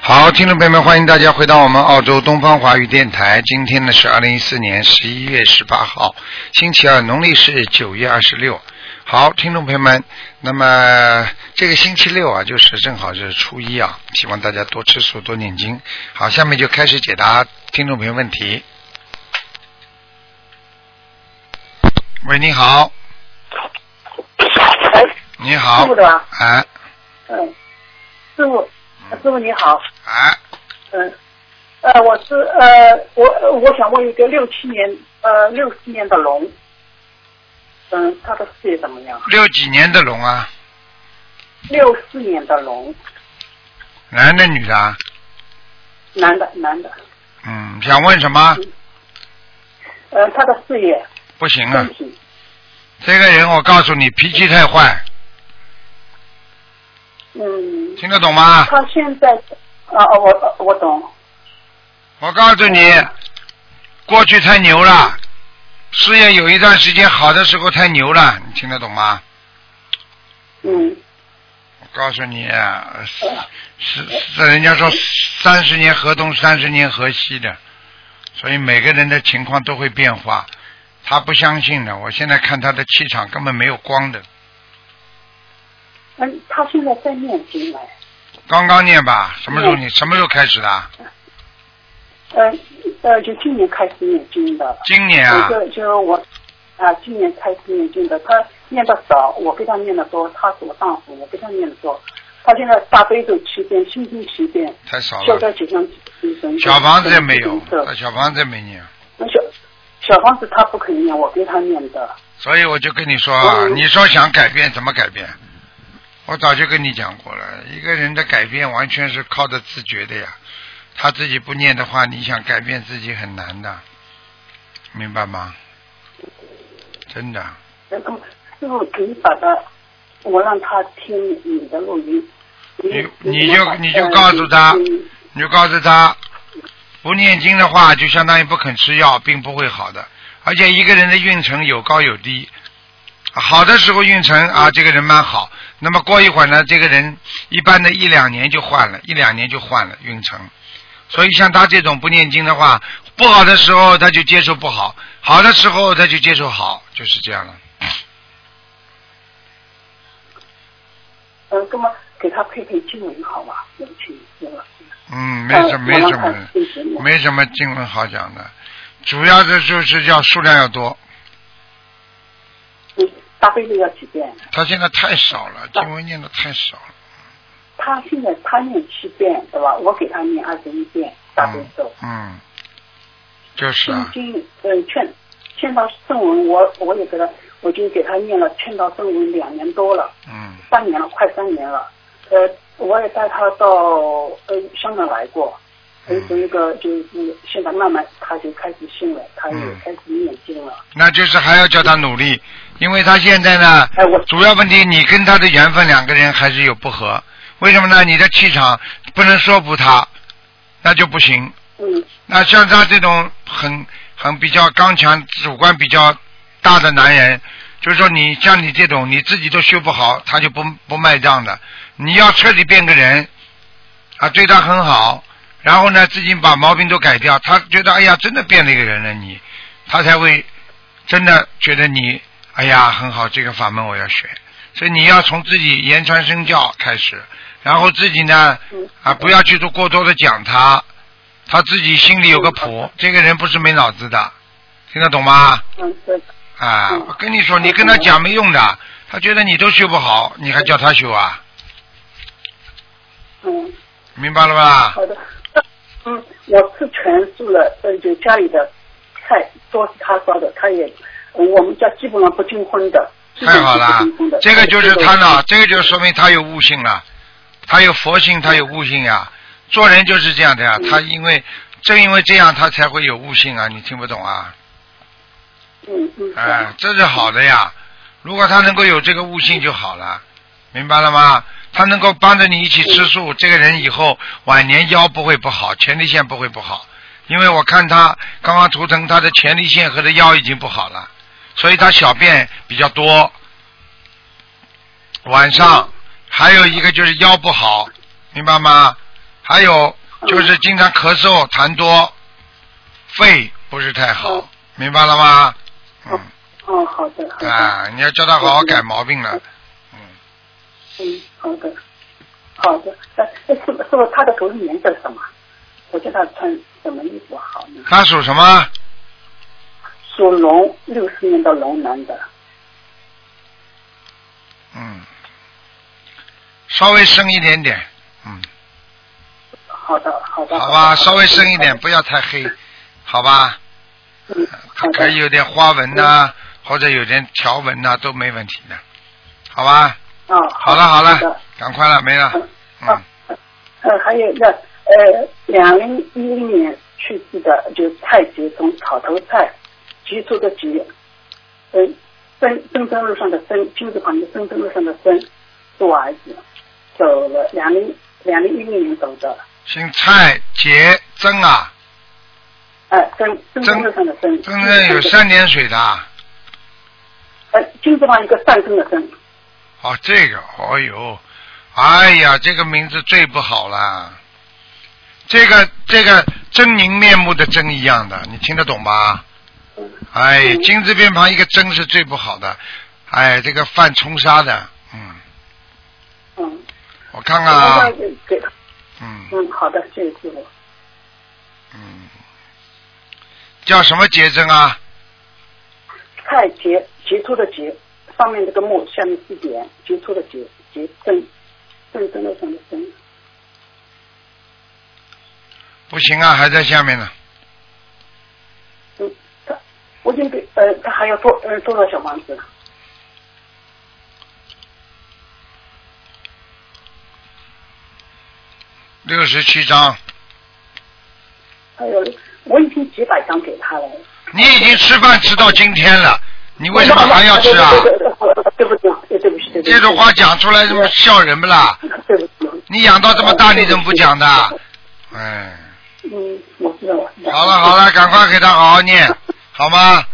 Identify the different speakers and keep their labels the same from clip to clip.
Speaker 1: 好，听众朋友们，欢迎大家回到我们澳洲东方华语电台。今天呢是二零一四年十一月十八号，星期二，农历是九月二十六。好，听众朋友们，那么这个星期六啊，就是正好是初一啊，希望大家多吃素，多念经。好，下面就开始解答听众朋友问题。喂，你好，
Speaker 2: 哎，
Speaker 1: 你
Speaker 2: 师
Speaker 1: 好
Speaker 2: 傅，对吧？
Speaker 1: 哎
Speaker 2: 嗯，师傅，师傅你好，
Speaker 1: 哎，
Speaker 2: 嗯，呃，我是呃，我我想问一个六七年呃六七年的龙，嗯，他的事业怎么样？
Speaker 1: 六几年的龙啊，
Speaker 2: 六四年的龙，
Speaker 1: 男的女的啊？
Speaker 2: 男的男的，
Speaker 1: 嗯，想问什么？
Speaker 2: 呃，他的事业
Speaker 1: 不行啊
Speaker 2: 身，体，
Speaker 1: 这个人我告诉你，脾气太坏，
Speaker 2: 嗯，
Speaker 1: 听得懂吗？
Speaker 2: 他现在啊、哦我我懂，
Speaker 1: 我告诉你，过去太牛了，事业有一段时间好的时候太牛了，你听得懂吗？
Speaker 2: 嗯，
Speaker 1: 我告诉你，呃是是人家说三十年河东，三十年河西的，所以每个人的情况都会变化。他不相信的，我现在看他的气场根本没有光的，
Speaker 2: 嗯，他现在在念经来，
Speaker 1: 刚刚念吧，什么时候你什么时候开始的啊？
Speaker 2: 呃呃，就今年开始念经的了。
Speaker 1: 今年啊
Speaker 2: 一，个就是我啊，今年开始念经的，他念的少，我给他念的多，他是我丈夫，我给他念的多。他现在大悲咒七遍，心经七遍，
Speaker 1: 太少
Speaker 2: 消
Speaker 1: 了。
Speaker 2: 灾吉祥吉神咒
Speaker 1: 小房子也没有
Speaker 2: 心经，咒
Speaker 1: 那小房子也没念，
Speaker 2: 那小小房子他不肯念，我给他念的。
Speaker 1: 所以我就跟你说啊，
Speaker 2: 嗯
Speaker 1: 你说想改变怎么改变？我早就跟你讲过了，一个人的改变完全是靠着自觉的呀，他自己不念的话，你想改变自己很难的，明白吗？真的，
Speaker 2: 然后师傅，你把他，我让他听你的录音。
Speaker 1: 你你就你就告诉他
Speaker 2: 嗯
Speaker 1: 你就告诉他，不念经的话，就相当于不肯吃药，并不会好的。而且一个人的运程有高有低，好的时候运程啊，这个人蛮好，那么过一会儿呢，这个人一般的一两年就换了，一两年就换了运程。所以像他这种不念经的话，不好的时候他就接受不好，好的时候他就接受好，就是这样了。
Speaker 2: 呃，那么给他配配经文好吧？有请师傅。
Speaker 1: 嗯，没
Speaker 2: 呃
Speaker 1: 什么没什么。没什么经文好讲的，主要的就是要数量要多。
Speaker 2: 嗯，大悲咒要几遍？
Speaker 1: 他现在太少了，经文念的太少了。
Speaker 2: 他现在他念七遍，对吧？我给他念二十一遍大悲咒。
Speaker 1: 嗯，就是
Speaker 2: 心
Speaker 1: 啊，
Speaker 2: 经，嗯，劝劝导正文，我我也给他，我已经给他念了劝导正文两年多了，
Speaker 1: 嗯
Speaker 2: 三年了，快三年了。呃，我也带他到呃香港来过，
Speaker 1: 嗯
Speaker 2: 从从一个就是现在慢慢他就开始信了，他也
Speaker 1: 嗯
Speaker 2: 开始念经了。
Speaker 1: 那就是还要叫他努力，因为他现在呢，
Speaker 2: 哎，我
Speaker 1: 主要问题你跟他的缘分两个人还是有不合，为什么呢？你的气场不能说服他，那就不行。
Speaker 2: 嗯
Speaker 1: 那像他这种很很比较刚强、主观比较大的男人，就是说你像你这种你自己都修不好，他就不不卖账的。你要彻底变个人啊，对他很好，然后呢自己把毛病都改掉，他觉得哎呀真的变了一个人了你，他才会真的觉得你哎呀很好，这个法门我要学。所以你要从自己言传身教开始，然后自己呢
Speaker 2: 嗯
Speaker 1: 啊，不要去做过多的讲他，他自己心里有个谱。这个人不是没脑子的，听得懂吗？
Speaker 2: 嗯对
Speaker 1: 啊
Speaker 2: 嗯，
Speaker 1: 我跟你说，你跟他讲没用的，他觉得你都修不好，你还叫他修啊？
Speaker 2: 嗯。
Speaker 1: 明白了吧？
Speaker 2: 好的，嗯，我吃全素了，呃，就家里的菜都是他烧的，他也，呃我们家基本上不订婚的，基本
Speaker 1: 太好
Speaker 2: 上
Speaker 1: 了
Speaker 2: 不订婚的，，
Speaker 1: 这个就是他呢，
Speaker 2: 这
Speaker 1: 这个就说明他有悟性了，他有佛性，他有悟性呀。做人就是这样的呀，
Speaker 2: 嗯
Speaker 1: 他因为正因为这样，他才会有悟性啊，你听不懂啊？
Speaker 2: 嗯嗯，
Speaker 1: 哎，这是好的呀。如果他能够有这个悟性就好了，明白了吗？他能够帮着你一起吃素，这个人以后晚年腰不会不好，前列腺不会不好，因为我看他刚刚图腾，他的前列腺和他腰已经不好了，所以他小便比较多。晚上还有一个就是腰不好，明白吗？还有就是经常咳嗽、痰多，肺不是太好，
Speaker 2: 嗯
Speaker 1: 明白了吗？嗯
Speaker 2: 哦哦，好的，好的，
Speaker 1: 啊，你要叫他好好改毛病了
Speaker 2: 嗯。嗯，好的，好的。那那是不是不是他的头是颜色是什么？我叫他穿什么衣服好呢？
Speaker 1: 他属什么？
Speaker 2: 属龙，六十年的龙男的。
Speaker 1: 嗯，稍微深一点点，嗯，
Speaker 2: 好的，好的。
Speaker 1: 好
Speaker 2: 好
Speaker 1: 吧，
Speaker 2: 的
Speaker 1: 稍微深一点，。不要太黑，好吧？
Speaker 2: 嗯，
Speaker 1: 他
Speaker 2: 好
Speaker 1: 可
Speaker 2: 的嗯
Speaker 1: 以，有点花纹呐、或者有点条纹呐、都没问题的，好吧？
Speaker 2: 啊，
Speaker 1: 好了好
Speaker 2: 好的
Speaker 1: 了，赶快了，没了，嗯
Speaker 2: 啊，呃，还有那呃，两零一零年去世的，就是蔡菊，从草头蔡，菊树的菊，呃，深深圳路上的深，金字旁一个深圳路上的深，是我儿子，走了，两零两零一零年走的，
Speaker 1: 姓蔡杰曾啊，
Speaker 2: 呃，深深圳路上的深，
Speaker 1: 曾曾有三点水的啊，
Speaker 2: 呃，金字旁一个上升的升，
Speaker 1: 哦，这个，哦呦，哎呀，这个名字最不好啦。这个这个狰狞面目的狰一样的，你听得懂吧？
Speaker 2: 嗯，
Speaker 1: 哎，
Speaker 2: 嗯
Speaker 1: 金字边旁一个真是最不好的，哎，这个犯冲杀的，嗯，
Speaker 2: 嗯，
Speaker 1: 我看看啊
Speaker 2: 那，给他，
Speaker 1: 嗯
Speaker 2: 嗯，好的，谢谢师傅，
Speaker 1: 嗯，叫什么结症啊？
Speaker 2: 蔡杰，杰出的杰，上面这个木，下面是点，杰出的杰，杰正，正正的上的正，
Speaker 1: 不行啊，还在下面呢，
Speaker 2: 嗯，他我已经给呃，他还要多呃多少小房子？
Speaker 1: 六十七章，
Speaker 2: 还有我已经几百张给他了，
Speaker 1: 你已经吃饭吃到今天了，你为什么还要吃啊？
Speaker 2: 对不起，对不起，对不起，
Speaker 1: 这种话讲出来，这么笑人不啦？
Speaker 2: 对不起，
Speaker 1: 你养到这么大，你怎么不讲的？哎，
Speaker 2: 嗯，我知道，我知道。
Speaker 1: 好了好了，赶快给他好好念，好吗？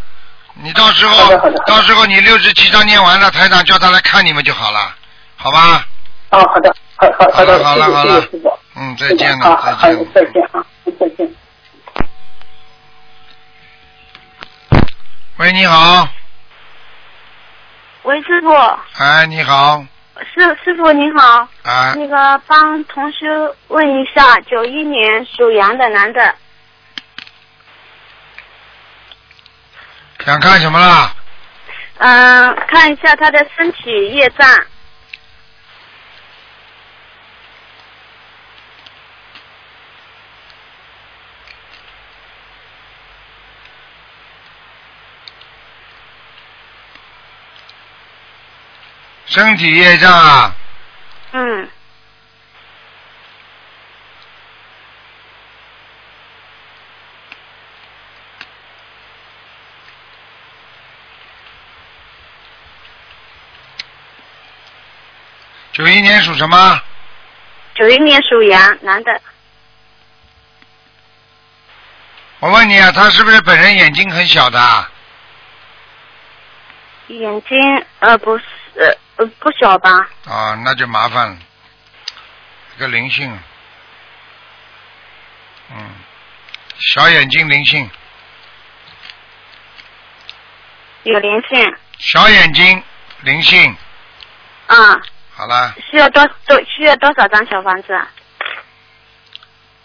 Speaker 1: 你到时
Speaker 2: 好
Speaker 1: 候
Speaker 2: 的好的，
Speaker 1: 到时候你六十七章念完了，台长叫他来看你们就好了，好吧？
Speaker 2: 哦，好的，好好好的，
Speaker 1: 好了好了好
Speaker 2: 谢
Speaker 1: 了
Speaker 2: 谢谢谢师傅。
Speaker 1: 嗯，再见
Speaker 2: 好
Speaker 1: 了，
Speaker 2: 好
Speaker 1: 再
Speaker 2: 好
Speaker 1: 见了，。
Speaker 2: 再见啊，再见。
Speaker 1: 喂，你好，
Speaker 3: 喂，师傅，
Speaker 1: 哎，你好，
Speaker 3: 师师傅您好，
Speaker 1: 啊，
Speaker 3: 那个帮同学问一下，九一年属羊的男的，
Speaker 1: 想看什么啦？
Speaker 3: 嗯、看一下他的身体业障，
Speaker 1: 身体业障啊，
Speaker 3: 嗯，
Speaker 1: 九一年属什么？
Speaker 3: 九一年属羊男的，
Speaker 1: 我问你啊，他是不是本人眼睛很小的啊？
Speaker 3: 眼睛呃不是呃呃不小吧，
Speaker 1: 啊，那就麻烦了，这个灵性，嗯，小眼睛灵性，
Speaker 3: 有灵性，
Speaker 1: 小眼睛灵性，
Speaker 3: 啊、
Speaker 1: 好了，
Speaker 3: 需要多多需要多少张小房子啊？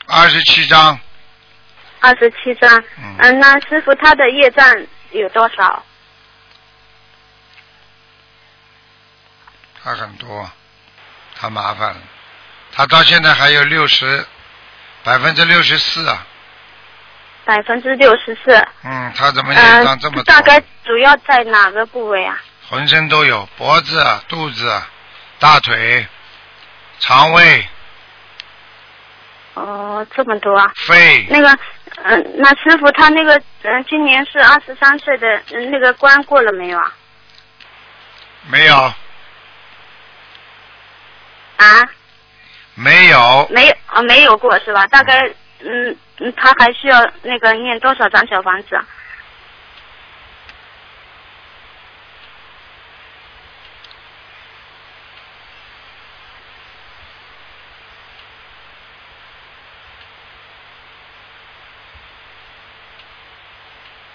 Speaker 1: 二十七章，
Speaker 3: 二十七张，
Speaker 1: 嗯
Speaker 3: 嗯、那师傅他的业障有多少？
Speaker 1: 他很多，他麻烦了，他到现在还有六十，百分之六十四啊，
Speaker 3: 百分之六十四，
Speaker 1: 嗯，他怎么也
Speaker 3: 嗯
Speaker 1: 长这么，多？
Speaker 3: 大概主要在哪个部位啊？
Speaker 1: 浑身都有，脖子、啊肚子、大腿、肠胃、
Speaker 3: 哦，这么多啊！
Speaker 1: 肺，
Speaker 3: 那个，嗯、那师傅他那个，嗯、今年是二十三岁的、嗯那个关过了没有啊？
Speaker 1: 没有，
Speaker 3: 啊，
Speaker 1: 没有，
Speaker 3: 没有，哦，没有过是吧？大概，嗯，嗯他还需要那个念多少张小房子啊？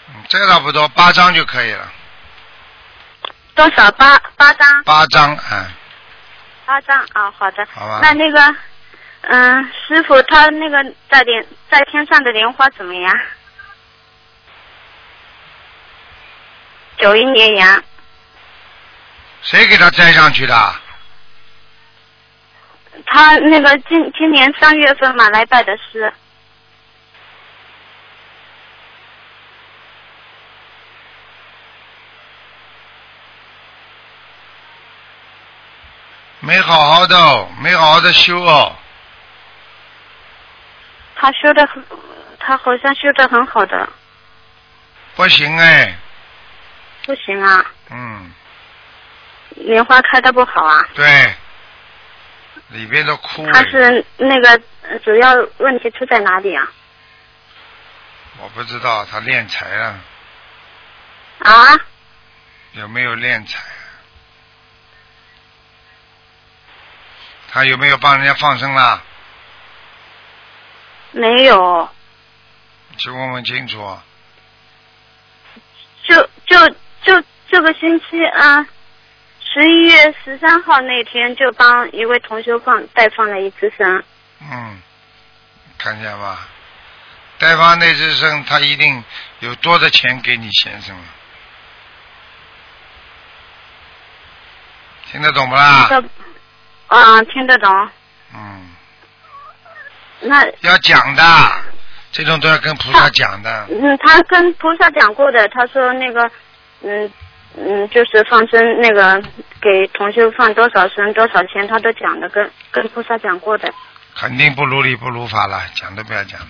Speaker 1: 嗯这个差不多，八张就可以了，
Speaker 3: 多少八八张？
Speaker 1: 八张，嗯，
Speaker 3: 八张啊、好的。
Speaker 1: 好吧
Speaker 3: 那那个，嗯、师傅他那个在莲在天上的莲花怎么样？九一年羊，
Speaker 1: 谁给他摘上去的？
Speaker 3: 他那个今今年三月份嘛来拜的师，
Speaker 1: 没好好的哦，没好好的修哦，
Speaker 3: 他修的很，他好像修的很好的，
Speaker 1: 不行哎，
Speaker 3: 不行啊，
Speaker 1: 嗯，
Speaker 3: 莲花开的不好啊。
Speaker 1: 对，里边都枯
Speaker 3: 他
Speaker 1: 萎，
Speaker 3: 是那个呃主要问题出在哪里啊？
Speaker 1: 我不知道他练财了
Speaker 3: 啊？
Speaker 1: 有没有练财，啊他有没有帮人家放生啦？
Speaker 3: 没有，
Speaker 1: 你去问问清楚，哦
Speaker 3: 就就就这个星期啊，十一月十三号那天就帮一位同学放代放了一只生，
Speaker 1: 嗯，看见吧，代发那只生他一定有多的钱给你先生了，听得懂不啦？
Speaker 3: 这啊听得懂？
Speaker 1: 嗯，
Speaker 3: 那
Speaker 1: 要讲的，这种都要跟菩萨讲的。
Speaker 3: 嗯，他跟菩萨讲过的，他说那个嗯嗯，就是放生那个给同学放多少生多少钱，他都讲的，跟跟菩萨讲过的。
Speaker 1: 肯定不如理不如法了，讲都不要讲了，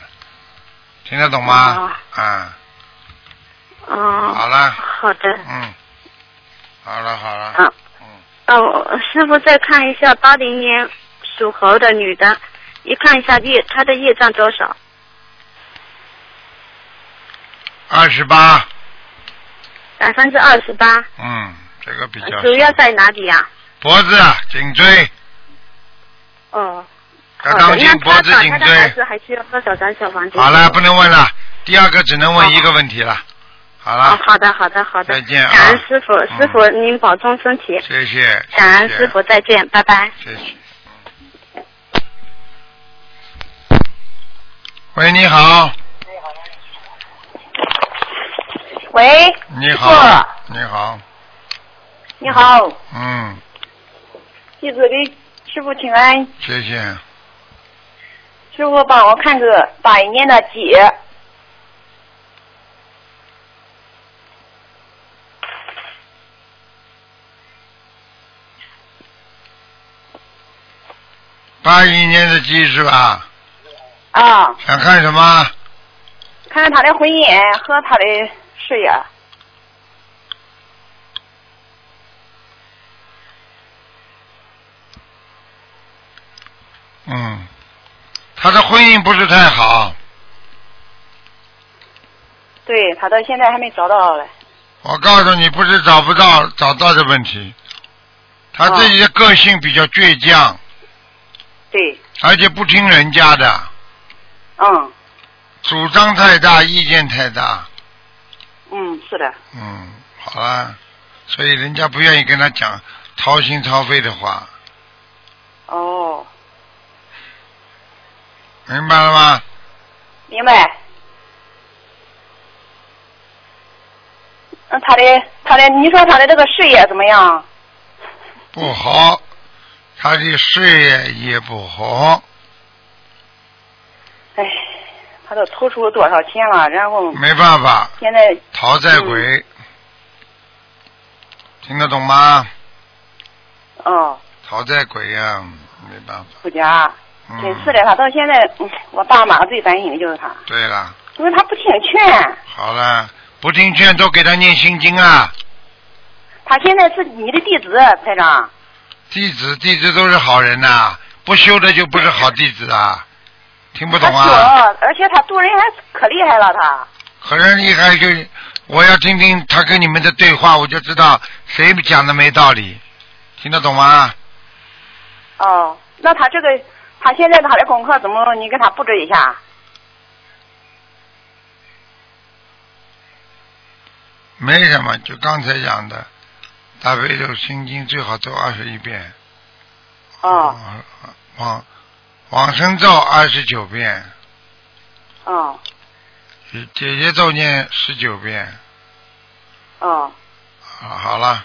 Speaker 1: 听得懂吗？啊、
Speaker 3: 哦，
Speaker 1: 好了，
Speaker 3: 好的，
Speaker 1: 嗯，好了好了，
Speaker 3: 啊。
Speaker 1: 嗯，
Speaker 3: 哦，师傅再看一下八零年属猴的女的，一看一下业，她的业障多少？
Speaker 1: 二十八，
Speaker 3: 百分之二十八，
Speaker 1: 嗯，这个比较
Speaker 3: 主要
Speaker 1: 少
Speaker 3: 在哪里啊呀、
Speaker 1: 脖子、啊颈椎，
Speaker 3: 哦，
Speaker 1: 要
Speaker 3: 好
Speaker 1: 当
Speaker 3: 的
Speaker 1: 心
Speaker 3: 那
Speaker 1: 脖
Speaker 3: 她
Speaker 1: 子、
Speaker 3: 把
Speaker 1: 颈
Speaker 3: 她的孩
Speaker 1: 椎。
Speaker 3: 子还需要多少张小房子？
Speaker 1: 好了，不能问了，第二个只能问一个问题了。好
Speaker 3: 哦
Speaker 1: 了，，
Speaker 3: 好的，好的，好
Speaker 1: 啊
Speaker 3: 的。
Speaker 1: 再见啊
Speaker 3: 感恩师傅，
Speaker 1: 嗯
Speaker 3: 师傅您保重身体。
Speaker 1: 谢谢，
Speaker 3: 感恩
Speaker 1: 谢谢
Speaker 3: 师傅，再见，拜拜。
Speaker 1: 谢谢。喂，你好，
Speaker 4: 喂，
Speaker 1: 你
Speaker 3: 哎
Speaker 4: 师
Speaker 1: 好，你好，
Speaker 4: 你好，
Speaker 1: 嗯，
Speaker 4: 弟子给师傅请安，
Speaker 1: 谢谢。
Speaker 4: 师傅帮我看个百年的姐，
Speaker 1: 八一年的鸡是吧？
Speaker 4: 啊，
Speaker 1: 想看什么？
Speaker 4: 看看她的婚姻和她的事业，
Speaker 1: 嗯，他的婚姻不是太好，
Speaker 4: 对她到现在还没找到嘞，
Speaker 1: 我告诉你，不是找不到找到的问题，他自己的个性比较倔强，
Speaker 4: 对，
Speaker 1: 而且不听人家的，
Speaker 4: 嗯
Speaker 1: 主张太大，意见太大，
Speaker 4: 嗯，是的，
Speaker 1: 嗯，好啦，所以人家不愿意跟他讲掏心掏肺的话，
Speaker 4: 哦，
Speaker 1: 明白了吗？
Speaker 4: 明白。那她的她的，你说她的这个事业怎么样？
Speaker 1: 不好，他的事业也不好，
Speaker 4: 哎，她都投出多少钱了？然后
Speaker 1: 没办法，
Speaker 4: 现在
Speaker 1: 讨债鬼，
Speaker 4: 嗯
Speaker 1: 听得懂吗？
Speaker 4: 哦
Speaker 1: 讨债鬼呀、没办法。
Speaker 4: 不佳，
Speaker 1: 嗯、
Speaker 4: 真是的，他到现在，嗯我爸妈最担心的就是他，
Speaker 1: 对了，
Speaker 4: 因为他不听劝。
Speaker 1: 好了，不听劝都给他念心经啊，
Speaker 4: 他现在是你的弟子，排长。
Speaker 1: 弟子弟子都是好人呐、不修的就不是好弟子啊，听不
Speaker 4: 他
Speaker 1: 懂啊？
Speaker 4: 说，而且他渡人还可厉害了，他。
Speaker 1: 可人厉害就，我要听听他跟你们的对话，我就知道谁讲的没道理，听得懂吗？
Speaker 4: 哦，那他这个，他现在他的功课怎么？你给他布置一下。
Speaker 1: 没什么，就刚才讲的，大悲咒心经最好咒二十一遍，
Speaker 4: 哦
Speaker 1: 往往往生咒二十九遍，
Speaker 4: 哦
Speaker 1: 姐姐咒念十九遍，
Speaker 4: 哦。
Speaker 1: 好啊好了，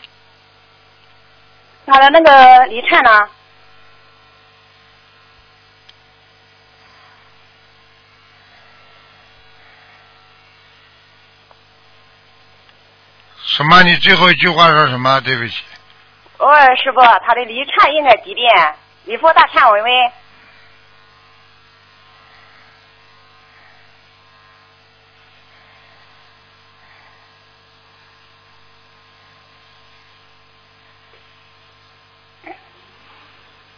Speaker 4: 他的那个离产呢？
Speaker 1: 什么？你最后一句话说什么？对不起，
Speaker 4: 喂，师傅，他的离产应该几遍？礼佛大忏悔文。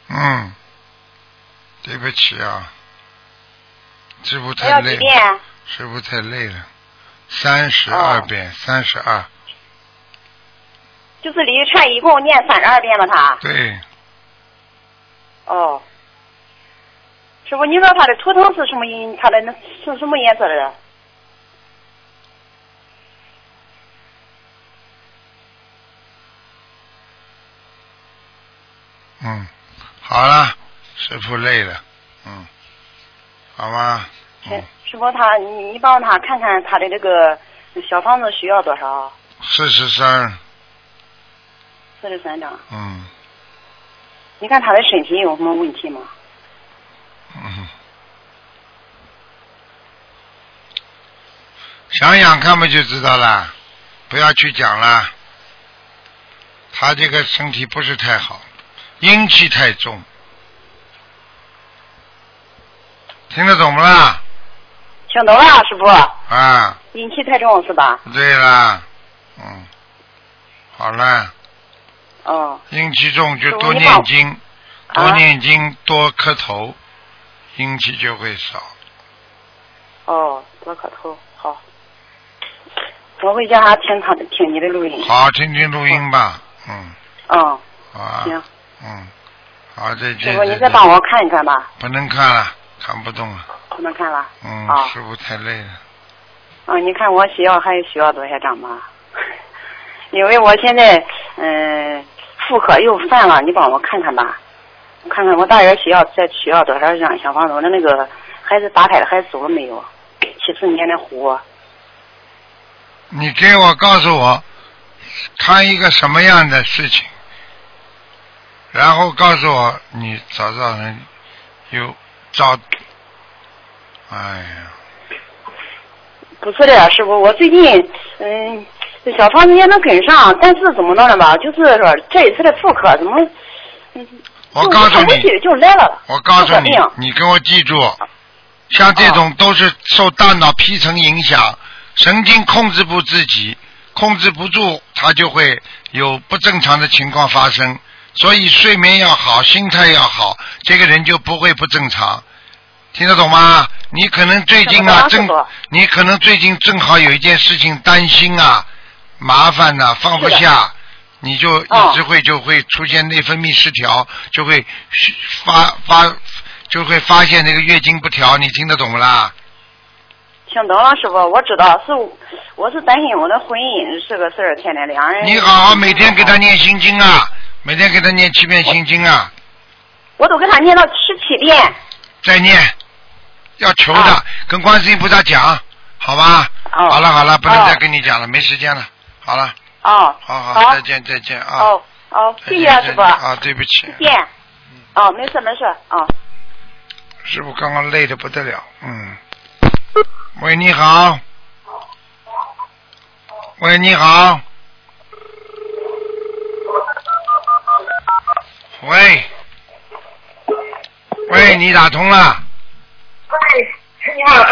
Speaker 1: 嗯，对不起啊，师傅
Speaker 4: 还
Speaker 1: 太
Speaker 4: 要
Speaker 1: 累
Speaker 4: 几
Speaker 1: 了，
Speaker 4: 遍？
Speaker 1: 师傅太累了，三十二
Speaker 4: 哦
Speaker 1: 遍，三十二，
Speaker 4: 就是离产一共念三十二遍了，他。
Speaker 1: 对，
Speaker 4: 哦。师傅，你说他的图腾是什么颜？他的那是什么颜色的？
Speaker 1: 嗯，好了，师傅累了，嗯，好吗？嗯，
Speaker 4: 师傅，他你你帮他看看他的这个小房子需要多少？
Speaker 1: 四十三，
Speaker 4: 四十三张。
Speaker 1: 嗯
Speaker 4: 你看他的身体有什么问题吗？
Speaker 1: 嗯， 想想看嘛就知道了，不要去讲了。他这个身体不是太好，阴气太重，听得懂不啦？
Speaker 4: 听懂了，师傅，
Speaker 1: 啊，
Speaker 4: 阴气太重是吧？
Speaker 1: 对啦，嗯，好了。
Speaker 4: 哦。
Speaker 1: 阴气重就多
Speaker 4: 师傅你好
Speaker 1: 念经，
Speaker 4: 啊
Speaker 1: 多念经，多磕头，阴气就会少。
Speaker 4: 哦，多磕头，好。我回家还听他的，听你的录音。
Speaker 1: 好，听听录音吧，嗯，
Speaker 4: 嗯，
Speaker 1: 好啊，
Speaker 4: 行，
Speaker 1: 嗯，好，再
Speaker 4: 师
Speaker 1: 见。
Speaker 4: 傅你
Speaker 1: 再
Speaker 4: 再
Speaker 1: 见
Speaker 4: 帮我看一看吧，
Speaker 1: 不能看了，看不动了，
Speaker 4: 不能看了。
Speaker 1: 嗯，
Speaker 4: 好
Speaker 1: 师傅太累了，
Speaker 4: 嗯，你看我需要还需要多少张吧？ 因为我现在嗯、妇科又犯了，你帮我看看吧，我看看我大约需要再需要多少张小房子？我的那个孩子打胎的孩子走了没有？七四年的虎，啊
Speaker 1: 你给我告诉我，看一个什么样的事情，然后告诉我你找到人有找，哎呀。
Speaker 4: 不是的，师傅，我最近嗯，这小房子也能跟上，但是怎么弄的吧？就是说这一次的妇科怎么，嗯，
Speaker 1: 我告诉你
Speaker 4: 就来了。啊
Speaker 1: 我告诉你
Speaker 4: 妇科病，
Speaker 1: 你给我记住，
Speaker 4: 啊
Speaker 1: 像这种都是受大脑皮层影响，神经控制不自己，控制不住，它就会有不正常的情况发生。所以睡眠要好，心态要好，这个人就不会不正常。听得懂吗？你可能最近啊，
Speaker 4: 听
Speaker 1: 正
Speaker 4: 得懂啊
Speaker 1: 你可能最近正好有一件事情担心啊，麻烦呐、放不
Speaker 4: 是的
Speaker 1: 下，你就
Speaker 4: 哦
Speaker 1: 一直会就会出现内分泌失调，就会虚发发就会发现那个月经不调，你听得懂不啦？
Speaker 4: 听懂了，师傅，我知道是我，我是担心我的婚姻是个事儿，天天两人。
Speaker 1: 你好好每天给他。念心经啊，每天给他念七遍心经啊，
Speaker 4: 我都给他念到十七遍。
Speaker 1: 再念，要求的，
Speaker 4: 啊
Speaker 1: 跟观世音菩萨讲，好吧？
Speaker 4: 哦
Speaker 1: 好了好了，不能再
Speaker 4: 哦
Speaker 1: 跟你讲了，没时间了，好了，
Speaker 4: 哦。
Speaker 1: 好好，
Speaker 4: 好
Speaker 1: 再。见再见啊。
Speaker 4: 哦哦，
Speaker 1: 再见
Speaker 4: 谢谢
Speaker 1: 再
Speaker 4: 师
Speaker 1: 见
Speaker 4: 傅，
Speaker 1: 啊，对不起
Speaker 4: 再，见。哦，没事没事，哦。
Speaker 1: 师傅刚刚累得不得了，嗯。喂，你好。喂，你好。喂。喂，你打通了，
Speaker 5: 喂，你好，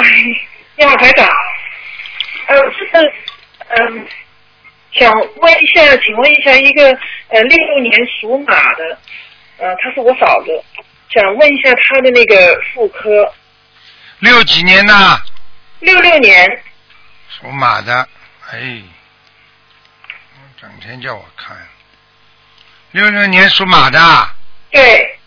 Speaker 5: 你好，台长。呃，是嗯、想问一下，请问一下，一个呃六六年属马的，呃，她是我嫂子，想问一下她的那个妇科。
Speaker 1: 六几年的，
Speaker 5: 六六年，
Speaker 1: 属马的，哎，整天叫我看，六六年属马的，
Speaker 5: 对，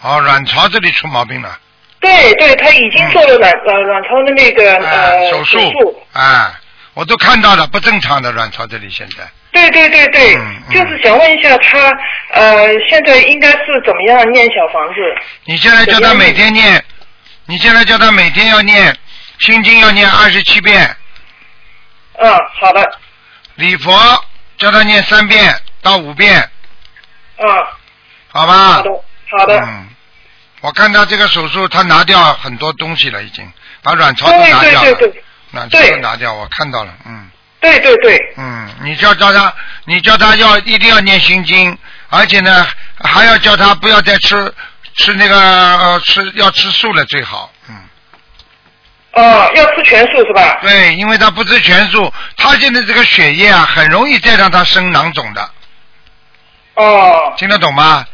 Speaker 1: 嗯，哦，卵巢这里出毛病了，
Speaker 5: 对对，他已经做了卵卵卵巢的那个
Speaker 1: 哎
Speaker 5: 呃
Speaker 1: 嗯手
Speaker 5: 术，
Speaker 1: 哎，我都看到了，不正常的卵巢这里现在，
Speaker 5: 对对对对
Speaker 1: 嗯，嗯
Speaker 5: 就是想问一下他呃现在应该是怎么样念小房子？
Speaker 1: 你现在叫他每天念，你现在叫他每天要念心经要念二十七遍，
Speaker 5: 嗯，好的，
Speaker 1: 礼佛叫他念三遍到五遍，
Speaker 5: 嗯，
Speaker 1: 好吧？
Speaker 5: 好的好的，
Speaker 1: 嗯，我看他这个手术，他拿掉很多东西了，已经把卵巢都
Speaker 5: 对
Speaker 1: 拿掉了，
Speaker 5: 对对对
Speaker 1: 卵巢都
Speaker 5: 对
Speaker 1: 拿掉，我看到了，嗯
Speaker 5: 对对对，
Speaker 1: 嗯，你叫叫他，你叫他要一定要念心经，而且呢还要叫他不要再吃吃那个、呃、吃要吃素了最好，嗯，
Speaker 5: 哦，要吃全素是吧？
Speaker 1: 对，因为他不吃全素，他现在这个血液啊很容易再让他生囊肿的，
Speaker 5: 哦，
Speaker 1: 听得懂吗？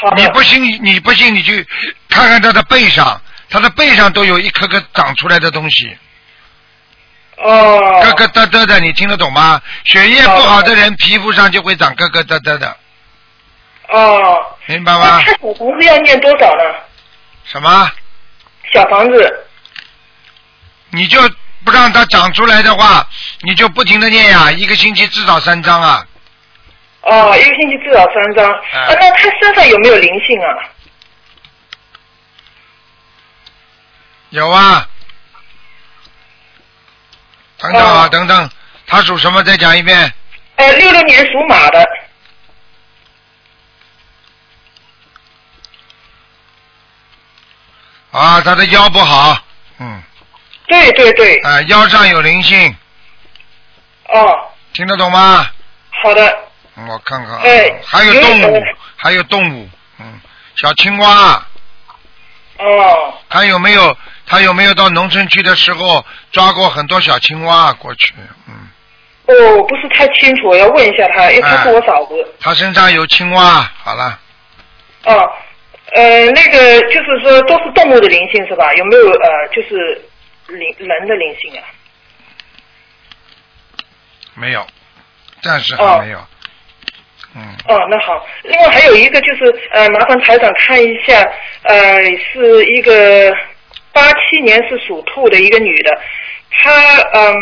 Speaker 5: 好的，
Speaker 1: 你不信，你不信，你去看看他的背上，他的背上都有一颗颗长出来的东西，
Speaker 5: 哦，
Speaker 1: 疙疙瘩瘩的，你听得懂吗？血液不好的
Speaker 5: 哦
Speaker 1: 人，皮肤上就会长疙疙瘩瘩的，
Speaker 5: 哦，
Speaker 1: 明白
Speaker 5: 那
Speaker 1: 吗？
Speaker 5: 他小房子要念多少呢？
Speaker 1: 什么？
Speaker 5: 小房子，
Speaker 1: 你就不让它长出来的话，你就不停的念呀、一个星期至少三张啊。
Speaker 5: 哦，一个星期至少三张。
Speaker 1: 哎
Speaker 5: 啊，那他身上有没有灵性啊？
Speaker 1: 有啊。等等啊，
Speaker 5: 哦
Speaker 1: 等等，他属什么？再讲一遍。
Speaker 5: 呃，六六年属马的，
Speaker 1: 啊，他的腰不好，嗯，
Speaker 5: 对对对，
Speaker 1: 啊，腰上有灵性，
Speaker 5: 哦，
Speaker 1: 听得懂吗？
Speaker 5: 好的，
Speaker 1: 嗯我看看啊
Speaker 5: 哎，
Speaker 1: 还有
Speaker 5: 有
Speaker 1: 动物
Speaker 5: 有，
Speaker 1: 还有动物，嗯，小青蛙，
Speaker 5: 哦，
Speaker 1: 他有没有他有没有到农村去的时候抓过很多小青蛙过去？嗯，
Speaker 5: 哦，不是太清楚，我要问一下他，因为他是
Speaker 1: 哎
Speaker 5: 我嫂子。
Speaker 1: 他身上有青蛙。好了，
Speaker 5: 哦，呃，那个就是说都是动物的灵性是吧？有没有呃，就是灵人的灵性啊？
Speaker 1: 没有，暂时还没有。嗯，
Speaker 5: 哦，那好。另外还有一个就是，呃，麻烦台长看一下，呃，是一个八七年是属兔的一个女的，她嗯，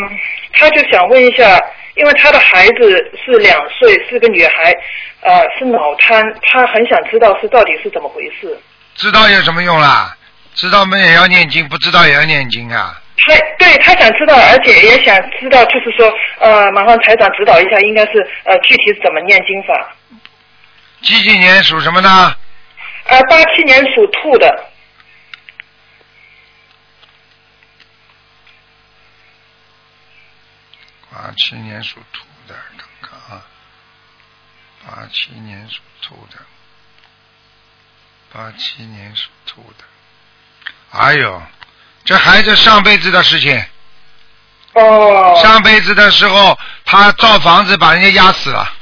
Speaker 5: 她就想问一下，因为她的孩子是两岁，是个女孩，呃，是脑瘫，她很想知道是到底是怎么回事。
Speaker 1: 知道有什么用啦？知道们也要念经，不知道也要念经啊。
Speaker 5: 她对她想知道，而且也想知道，就是说，呃，麻烦台长指导一下，应该是呃具体是怎么念经法。
Speaker 1: 几几年属什么呢？
Speaker 5: 呃，八七年属兔的，
Speaker 1: 八七年属兔的，看看啊，八七年属兔的，八七年属兔的，哎呦，这孩子上辈子的事情，
Speaker 5: 哦，
Speaker 1: 上辈子的时候他造房子把人家压死了，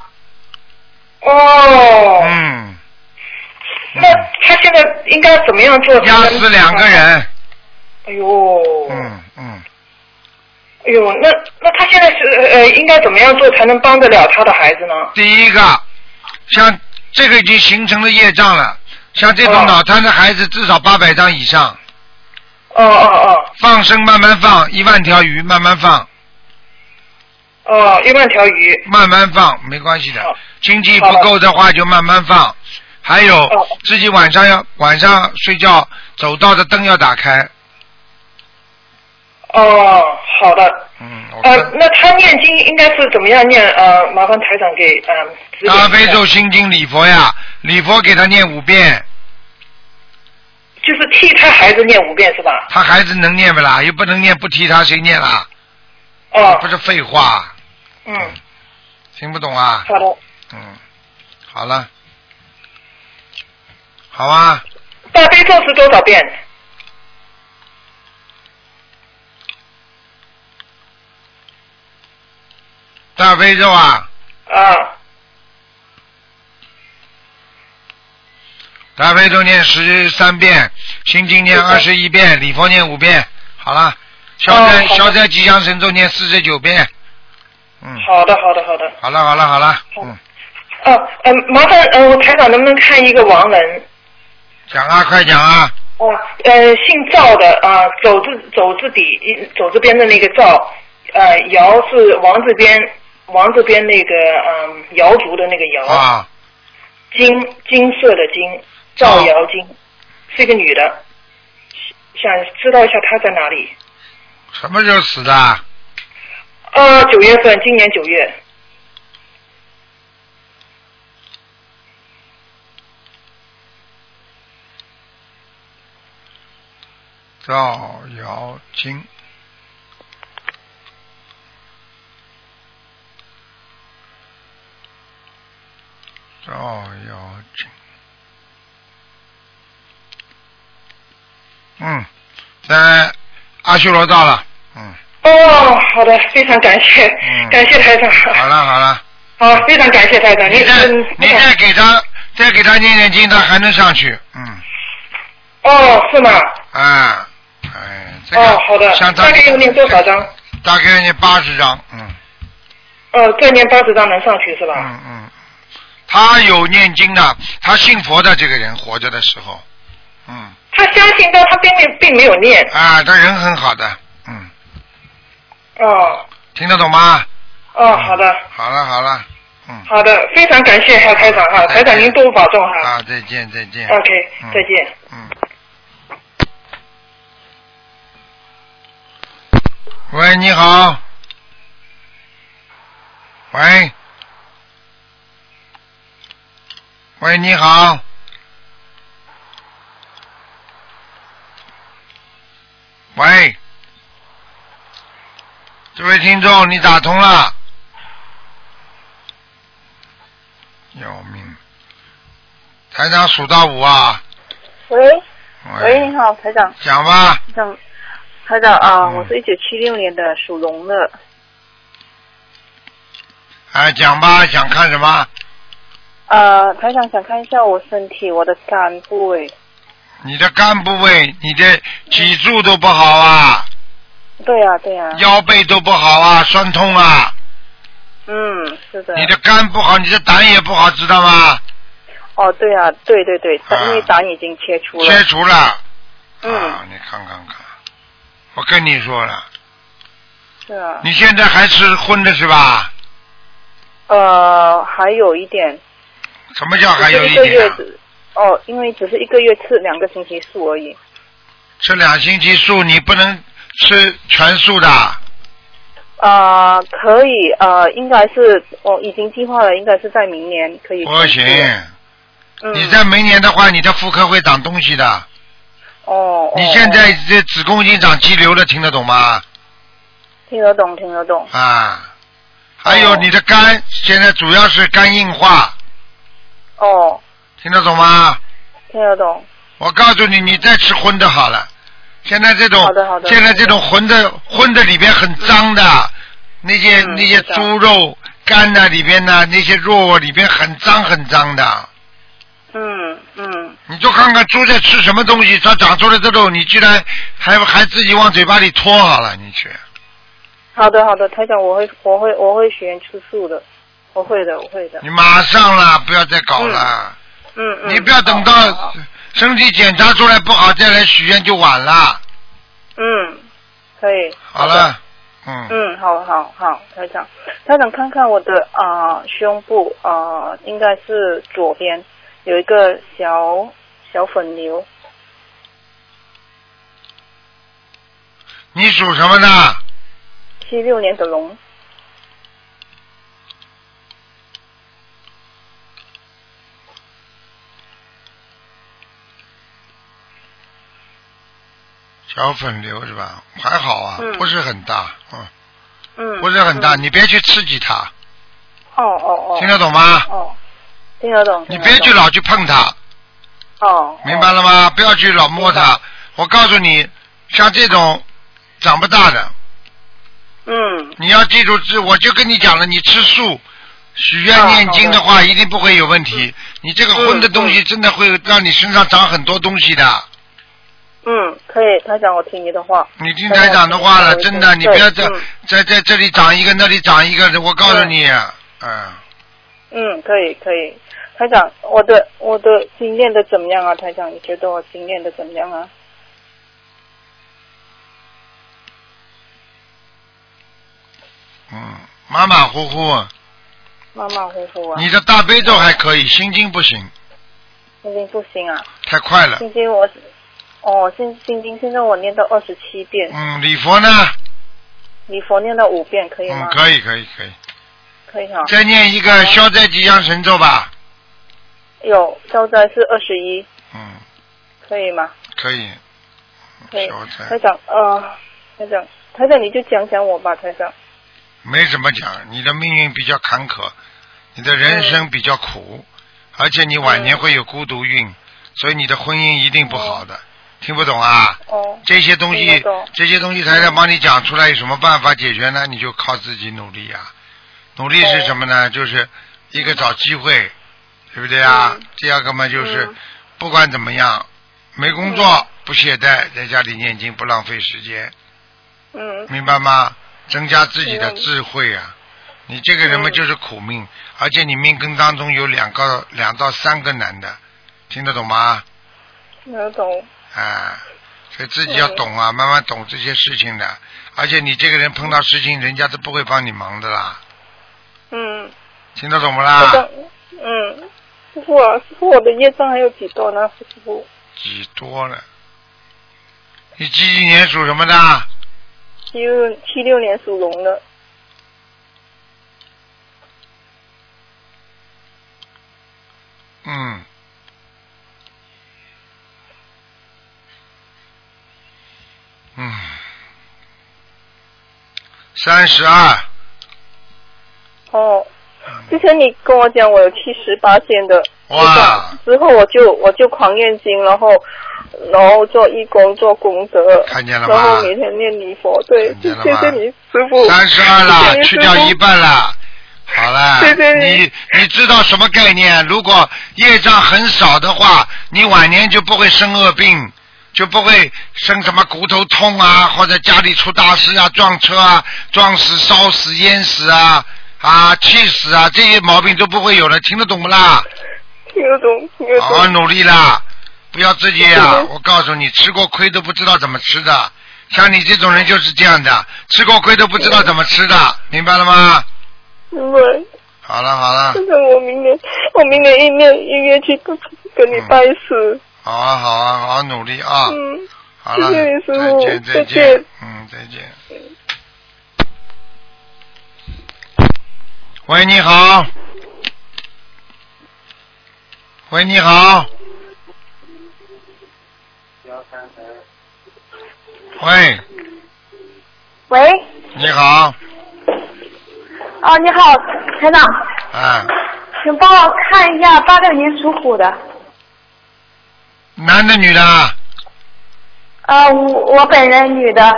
Speaker 5: 哦，
Speaker 1: 嗯，
Speaker 5: 那他现在应该怎么样做？
Speaker 1: 压死两个。人，
Speaker 5: 哎呦，
Speaker 1: 嗯嗯，
Speaker 5: 哎呦，那那他现在是呃应该怎么样做才能帮得了他的孩子呢？
Speaker 1: 第一个，像这个已经形成了业障了，像这种
Speaker 5: 哦
Speaker 1: 脑瘫的孩子至少八百张以上，
Speaker 5: 哦哦
Speaker 1: 放生慢慢放，一万条鱼慢慢放。
Speaker 5: 哦哦，一万条鱼。
Speaker 1: 慢慢放，没关系的
Speaker 5: 哦。
Speaker 1: 经济不够的话就慢慢放。还有
Speaker 5: 哦
Speaker 1: 自己晚上要晚上睡觉走道的灯要打开。
Speaker 5: 哦，好的。
Speaker 1: 嗯，我
Speaker 5: 呃，
Speaker 1: 看。
Speaker 5: 那他念经应该是怎么样念？呃，麻烦台长给呃指点一下
Speaker 1: 大悲咒心经礼佛呀，礼佛给他念五遍，
Speaker 5: 就是替他孩子念五遍是吧？
Speaker 1: 他孩子能念不啦？又不能念，不提他谁念啦？
Speaker 5: 哦
Speaker 1: 不，是废话，
Speaker 5: 嗯，
Speaker 1: 听不懂啊？
Speaker 5: 好的。
Speaker 1: 嗯，好了，好啊，
Speaker 5: 大悲咒是多少遍？
Speaker 1: 大悲咒啊，
Speaker 5: 啊，
Speaker 1: 大悲咒念十三遍，心经念二十一遍，礼佛念五遍，好了。消灾
Speaker 5: 哦好的
Speaker 1: 消灾吉祥神咒念四十九遍。嗯，
Speaker 5: 好的，好的，好的。
Speaker 1: 好了好了好了，
Speaker 5: 好
Speaker 1: 嗯，
Speaker 5: 哦，呃，麻烦呃，我台长能不能看一个亡人？
Speaker 1: 讲啊，快讲啊！
Speaker 5: 哦，呃，姓赵的啊、走字走字底，一走这边的那个赵，呃，尧是王字边，王字边那个嗯，瑶族的那个瑶，
Speaker 1: 啊，
Speaker 5: 金金色的金，赵瑶金，
Speaker 1: 哦
Speaker 5: 是一个女的，想知道一下她在哪里？
Speaker 1: 什么时候死的啊？
Speaker 5: 呃，九月份，今年九月，
Speaker 1: 赵瑶金。赵瑶金。嗯，在阿修罗道了。嗯，
Speaker 5: 哦，好的，非常感谢，
Speaker 1: 嗯
Speaker 5: 感谢台长。
Speaker 1: 好了好了，
Speaker 5: 好，非常感谢台长。
Speaker 1: 你再
Speaker 5: 嗯
Speaker 1: 你再给他再给他念念经，他还能上去。嗯，
Speaker 5: 哦，是吗？
Speaker 1: 啊，哎，这个
Speaker 5: 哦，好的。
Speaker 1: 像他
Speaker 5: 大概要念多少张？
Speaker 1: 大概念八十张，嗯
Speaker 5: 呃，再念八十张能上去是吧？
Speaker 1: 嗯嗯，他有念经的，他信佛的这个人活着的时候，嗯
Speaker 5: 他相信，但他并没并没有念。
Speaker 1: 啊，他人很好的，嗯，
Speaker 5: 哦
Speaker 1: 听得懂吗？
Speaker 5: 哦，好的
Speaker 1: 好了好了，嗯，
Speaker 5: 好的，非常感谢哈台长哈，
Speaker 1: 再见
Speaker 5: 台长您多保重哈。
Speaker 1: 啊，再见再见
Speaker 5: OK，
Speaker 1: 嗯
Speaker 5: 再见。
Speaker 1: 嗯。喂，你好。喂。喂，你好。喂，这位听众，你打通了。要命！台长数到五啊。
Speaker 6: 喂，
Speaker 1: 喂
Speaker 6: 喂，你好，台长，
Speaker 1: 哎讲吧，
Speaker 6: 台长，台长啊，
Speaker 1: 嗯
Speaker 6: 我是一九七六年的，属龙的，
Speaker 1: 哎，讲吧，想看什么？
Speaker 6: 呃，台长想看一下我身体，我的肝部哎位
Speaker 1: 你的肝部位、你的脊柱都不好啊，
Speaker 6: 对呀、对啊呀、
Speaker 1: 腰背都不好啊，酸痛啊。
Speaker 6: 嗯，是的，
Speaker 1: 你的肝不好，你的胆也不好，知道吗？
Speaker 6: 哦，对呀、对对对，
Speaker 1: 啊
Speaker 6: 因为胆已经切除了，
Speaker 1: 切除了。啊
Speaker 6: 嗯，，
Speaker 1: 你看看看，我跟你说了，
Speaker 6: 是啊，
Speaker 1: 你现在还吃荤的是吧？
Speaker 6: 呃，还有一点，
Speaker 1: 什么叫还有一
Speaker 6: 只是一个
Speaker 1: 点
Speaker 6: 月
Speaker 1: 啊？
Speaker 6: 子，哦，因为只是一个月吃两个星期素而已，
Speaker 1: 吃两星期素，你不能吃全素的。
Speaker 6: 啊、可以，呃，应该是我、哦、已经计划了，应该是在明年可以，
Speaker 1: 不行，，
Speaker 6: 嗯，
Speaker 1: 你在明年的话，你的妇科会长东西的。
Speaker 6: 哦，哦
Speaker 1: 你现在这子宫已经长肌瘤了，听得懂吗？
Speaker 6: 听得懂，听得懂。
Speaker 1: 啊，还有
Speaker 6: 哦
Speaker 1: 你的肝，现在主要是肝硬化，
Speaker 6: 哦，
Speaker 1: 听得懂吗？
Speaker 6: 听得懂。
Speaker 1: 我告诉你，你再吃荤的好了。现在这种
Speaker 6: 好的好，的
Speaker 1: 现在这种荤的荤的里边很脏的，那些
Speaker 6: 嗯
Speaker 1: 那些
Speaker 6: 知道
Speaker 1: 猪肉肝呐里边呐，那些肉啊里边很脏很脏的。
Speaker 6: 嗯嗯，
Speaker 1: 你就看看猪在吃什么东西，它长出来的肉，你居然还还自己往嘴巴里拖好了，你去。
Speaker 6: 好的好的，台长，我会我会我会学吃素的，我会的我会的
Speaker 1: 你。马上了，不要再搞了。
Speaker 6: 嗯嗯。
Speaker 1: 你不要等
Speaker 6: 好好
Speaker 1: 到
Speaker 6: 好
Speaker 1: 身体检查出来不好再来许愿就晚了。
Speaker 6: 嗯，可以。
Speaker 1: 好
Speaker 6: 的。
Speaker 1: 了，嗯，
Speaker 6: 嗯，好好好，台长，台长看看我的啊、呃胸部啊、呃应该是左边有一个小小粉瘤，
Speaker 1: 你属什么呢？
Speaker 6: 七六年的龙。
Speaker 1: 小粉瘤是吧？还好啊，
Speaker 6: 嗯
Speaker 1: 不是很大，嗯，
Speaker 6: 嗯。
Speaker 1: 不是很大，
Speaker 6: 嗯
Speaker 1: 你别去刺激它，
Speaker 6: 哦哦哦。
Speaker 1: 听得懂吗？
Speaker 6: 哦，听得懂。
Speaker 1: 你
Speaker 6: 听得
Speaker 1: 别
Speaker 6: 懂
Speaker 1: 去。老去碰它，
Speaker 6: 哦。
Speaker 1: 明白
Speaker 6: 了。
Speaker 1: 了吗？不要去老摸
Speaker 6: 明
Speaker 1: 它。我告诉你，像这种长不大的，
Speaker 6: 嗯，
Speaker 1: 你要记住，这我就跟你讲了，你吃素、许愿、
Speaker 6: 啊
Speaker 1: 念经的话，一定不会有问题。你
Speaker 6: 嗯
Speaker 1: 这个荤的东西，真的会让你身上长很多东西的。
Speaker 6: 嗯，可以，台长，我听你的话。
Speaker 1: 你听台长的话了，
Speaker 6: 对
Speaker 1: 真的，你不要在
Speaker 6: 对嗯
Speaker 1: 在在这里长一个，那里长一个，我告诉你，嗯，
Speaker 6: 嗯，可以可以。台长，我的我的经验的怎么样啊？台长，你觉得我经验的怎么样啊？
Speaker 1: 嗯，马马虎虎。
Speaker 6: 马马虎虎啊。
Speaker 1: 你的大悲咒还可以，心经不行，
Speaker 6: 心经不行啊，
Speaker 1: 太快了。
Speaker 6: 心经我只哦心心经现在我念到二十七遍，
Speaker 1: 嗯，礼佛呢？
Speaker 6: 礼佛念到五遍可以
Speaker 1: 嗯
Speaker 6: 吗，？
Speaker 1: 可以，可以，可以。
Speaker 6: 可以哈。
Speaker 1: 再念一个消灾吉祥神咒吧。
Speaker 6: 有消灾是二十一，
Speaker 1: 嗯，
Speaker 6: 可以吗？
Speaker 1: 可以。
Speaker 6: 可以
Speaker 1: 消。
Speaker 6: 台
Speaker 1: 灾
Speaker 6: 长，呃，台长，台长你就讲讲我吧，台长。
Speaker 1: 没怎么讲，你的命运比较坎坷，你的人生比较苦，而且你晚年会有孤独运，所以你的婚姻一定不好的。听不懂啊？
Speaker 6: 哦，
Speaker 1: 这些东
Speaker 6: 听
Speaker 1: 西
Speaker 6: 得懂，
Speaker 1: 这些东西台长帮你讲出来，有什么办法解决呢？你就靠自己努力呀、努力是什么
Speaker 6: 哦
Speaker 1: 呢？就是一个找机会，对不对啊？
Speaker 6: 嗯
Speaker 1: 第二个嘛，就是、不管怎么样，没工作、不懈怠，在家里念经不浪费时间，
Speaker 6: 嗯
Speaker 1: 明白吗？增加自己的
Speaker 6: 嗯
Speaker 1: 智慧啊！你这个人嘛
Speaker 6: 嗯
Speaker 1: 就是苦命，而且你命根当中有两个两到三个男的，听得懂吗？
Speaker 6: 听得懂。
Speaker 1: 啊，所以自己要懂啊，慢慢懂这些事情的。而且你这个人碰到事情，人家都不会帮你忙的啦，
Speaker 6: 嗯，
Speaker 1: 听得懂不
Speaker 6: 台
Speaker 1: 啦
Speaker 6: 长？，嗯，师傅啊，师傅，我的业障还有几多呢？师傅，
Speaker 1: 几多了？你几几年属什么的？
Speaker 6: 七六七六年属龙的，
Speaker 1: 嗯，嗯，三十二，
Speaker 6: 哦，之前你跟我讲我有七十八线的
Speaker 1: 哇
Speaker 6: 业障，之后我就我就狂念经，然后然后做义工做功德，
Speaker 1: 看见了
Speaker 6: 然后
Speaker 1: 吗？
Speaker 6: 每天念礼佛，对，
Speaker 1: 看
Speaker 6: 谢
Speaker 1: 见了吗
Speaker 6: 谢你师傅，
Speaker 1: 三十二
Speaker 6: 谢谢
Speaker 1: 了，
Speaker 6: 你
Speaker 1: 去
Speaker 6: 师
Speaker 1: 掉
Speaker 6: 父
Speaker 1: 一半了。好了，
Speaker 6: 对对对
Speaker 1: 你你知道什么概念？如果业障很少的话，你晚年就不会生恶病，就不会生什么骨头痛啊，或者家里出大事啊，撞车啊，撞死、烧死、淹死啊，啊，气死啊，这些毛病都不会有了。听得懂不啦？
Speaker 6: 听得懂，听得
Speaker 1: 好好
Speaker 6: 懂，
Speaker 1: 努力啦，不要自己
Speaker 6: 对
Speaker 1: 啊
Speaker 6: 对！
Speaker 1: 我告诉你，吃过亏都不知道怎么吃的，像你这种人就是这样的，吃过亏都不知道怎么吃的，明白了吗？
Speaker 6: 明白。
Speaker 1: 好了好了，
Speaker 6: 真的，我明年我明年一面一月去跟
Speaker 1: 嗯
Speaker 6: 你拜师，
Speaker 1: 好啊好啊，好好努力啊！
Speaker 6: 嗯，
Speaker 1: 好了，
Speaker 6: 谢谢你师
Speaker 1: 再
Speaker 6: 傅
Speaker 1: 见再
Speaker 6: 再见，
Speaker 1: 嗯再见。喂，你好。喂，你好。喂，
Speaker 7: 喂，
Speaker 1: 你好，
Speaker 7: 哦，你好，台长，
Speaker 1: 啊，
Speaker 7: 请帮我看一下八六年属虎的，
Speaker 1: 男的女的啊？
Speaker 7: 呃，我我本人女的，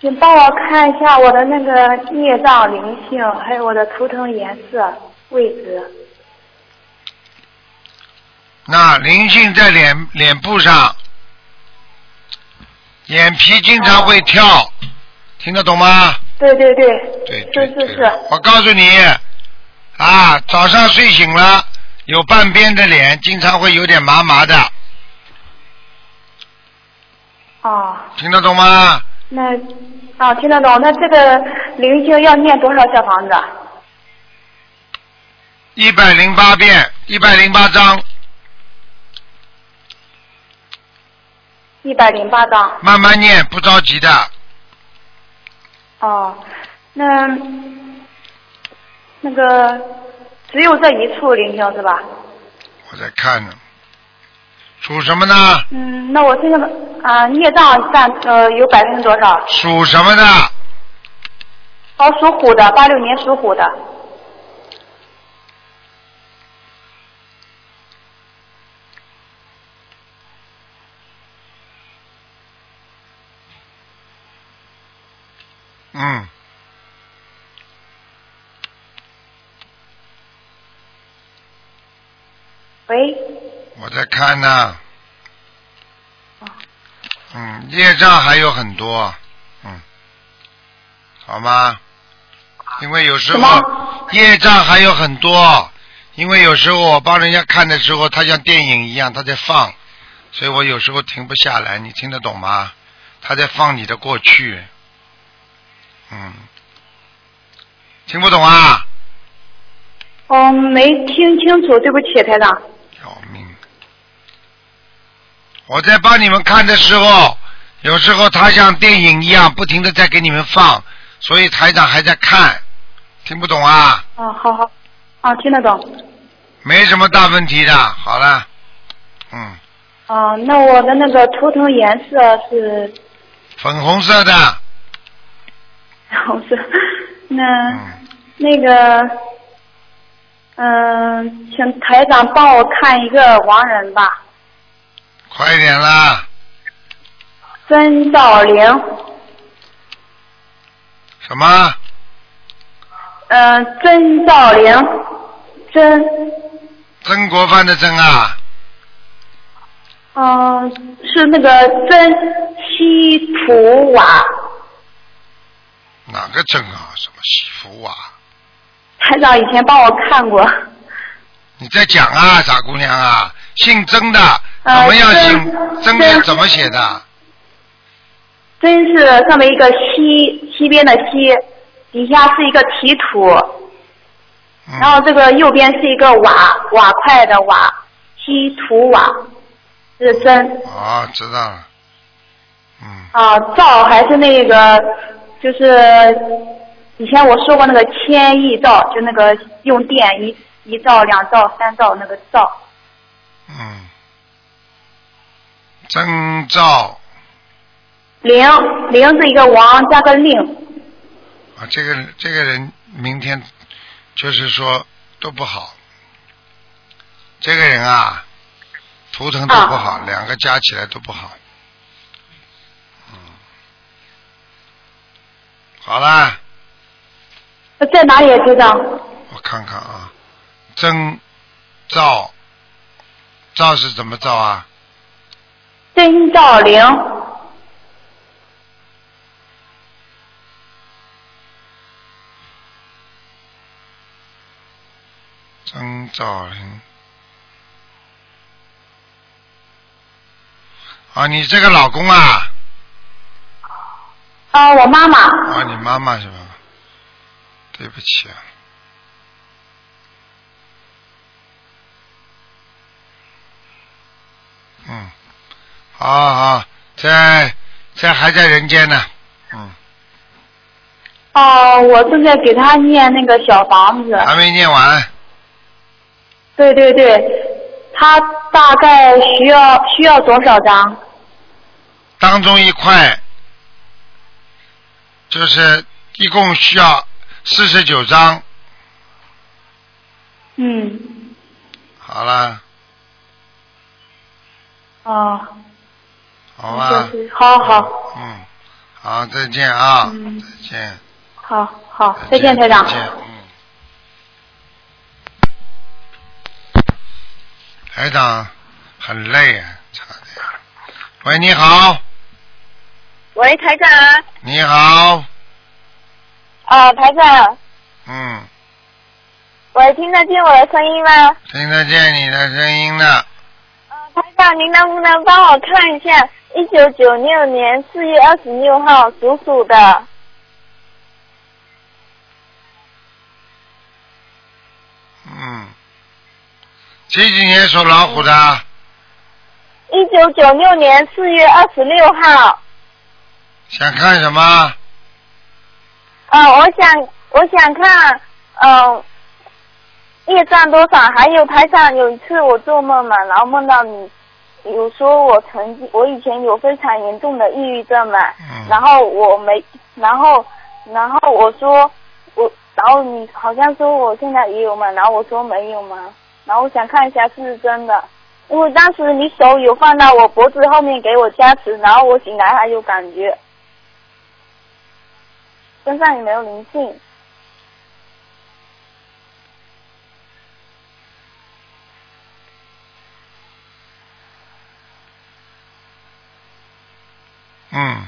Speaker 7: 请帮我看一下我的那个孽障灵性，还有我的图腾颜色、位置。
Speaker 1: 那灵性在脸脸部上，眼皮经常会跳，听得懂吗？
Speaker 7: 对对对，
Speaker 1: 对对
Speaker 7: 是
Speaker 1: 对
Speaker 7: 是是，
Speaker 1: 我告诉你，啊，早上睡醒了，有半边的脸经常会有点麻麻的，
Speaker 7: 哦，
Speaker 1: 听得懂吗？
Speaker 7: 那哦听得懂，那这个灵性要念多少小房子？
Speaker 1: 一百零八遍，一百零八章，
Speaker 7: 一百零八张。
Speaker 1: 慢慢念，不着急的。
Speaker 7: 哦，那那个只有这一处灵性是吧？
Speaker 1: 我在看呢，属什么呢？
Speaker 7: 嗯，那我这个啊、孽障占呃有百分之多少？
Speaker 1: 属什么的？
Speaker 7: 哦，属虎的，八六年属虎的。
Speaker 1: 嗯，
Speaker 7: 喂，
Speaker 1: 我在看呢。
Speaker 7: 哦
Speaker 1: 嗯，业障还有很多，嗯，好吗？因为有时候
Speaker 7: 什么
Speaker 1: 业障还有很多，因为有时候我帮人家看的时候，他像电影一样，他在放，所以我有时候停不下来，你听得懂吗？他在放你的过去，嗯，听不懂啊？
Speaker 7: 哦，没听清楚，对不起，台长。
Speaker 1: 要命！我在帮你们看的时候，有时候他像电影一样不停的在给你们放，所以台长还在看，听不懂啊？
Speaker 7: 啊，好好，啊，听得懂。
Speaker 1: 没什么大问题的，好了，嗯，
Speaker 7: 啊，那我的那个图腾颜色是
Speaker 1: 粉红色的，
Speaker 7: 红色，那、
Speaker 1: 嗯，
Speaker 7: 那个，嗯、请台长帮我看一个亡人吧，
Speaker 1: 快一点啦，
Speaker 7: 孙兆玲，
Speaker 1: 什么？
Speaker 7: 嗯、曾兆玲，曾，
Speaker 1: 曾国藩的曾啊，
Speaker 7: 嗯、是那个曾西普瓦，
Speaker 1: 哪个曾啊？什么西服啊？
Speaker 7: 台长以前帮我看过，
Speaker 1: 你在讲啊，傻姑娘啊，姓曾的，怎
Speaker 7: 呃
Speaker 1: 么样
Speaker 7: 曾
Speaker 1: 姓曾
Speaker 7: 曾
Speaker 1: 是怎么写的？
Speaker 7: 曾是上面一个西西边的西，底下是一个提土，
Speaker 1: 嗯
Speaker 7: 然后这个右边是一个瓦瓦块的瓦，西土瓦，是真
Speaker 1: 哦，知道了，嗯，
Speaker 7: 啊，兆还是那个就是以前我说过那个千亿兆，就那个用电一一兆、两兆、三兆那个兆，
Speaker 1: 嗯，曾兆
Speaker 7: 零零是一个王加个令，
Speaker 1: 啊，这个这个人明天就是说都不好，这个人啊，图腾都不好，两个加起来都不好，嗯，好啦，
Speaker 7: 在哪里啊知道？
Speaker 1: 我看看啊，曾兆兆是怎么兆啊？
Speaker 7: 真兆零，
Speaker 1: 曾兆林。啊，你这个老公啊，
Speaker 7: 啊，我妈妈，
Speaker 1: 啊，你妈妈是吧？对不起啊。嗯，好好，在在还在人间呢，嗯，
Speaker 7: 哦、我正在给她念那个小房子。
Speaker 1: 还没念完，
Speaker 7: 对对对，他大概需要需要多少张？
Speaker 1: 当中一块，就是一共需要四十九张，
Speaker 7: 嗯，
Speaker 1: 好了，
Speaker 7: 哦，
Speaker 1: 好吧，
Speaker 7: 就是好好嗯
Speaker 1: 嗯，好，再见啊，再见，
Speaker 7: 好好，再见，台长。
Speaker 1: 再见，嗯。台长很累啊，差点。喂，你好，
Speaker 3: 喂，台长。
Speaker 1: 你好，
Speaker 3: 啊，台长，
Speaker 1: 嗯，
Speaker 3: 喂，听得见我的声音吗？
Speaker 1: 听得见你的声音了，
Speaker 3: 啊，台长，您能不能帮我看一下一九九六年四月二十六号属鼠的？
Speaker 1: 嗯，几几年属老虎的？
Speaker 3: 一九九六年四月二十六号，
Speaker 1: 想看什么？
Speaker 3: 呃，我想我想看，嗯、业障多少？还有台长，有一次我做梦嘛，然后梦到你有说我曾经我以前有非常严重的抑郁症嘛，
Speaker 1: 嗯
Speaker 3: 然后我没，然后然后我说我，然后你好像说我现在也有嘛，然后我说没有嘛，然后我想看一下是不是真的。因为当时你手有放到我脖子后面给我加持，然后我醒来还有感觉，身上也没有灵性。
Speaker 1: 嗯，
Speaker 3: 喂，
Speaker 1: 嗯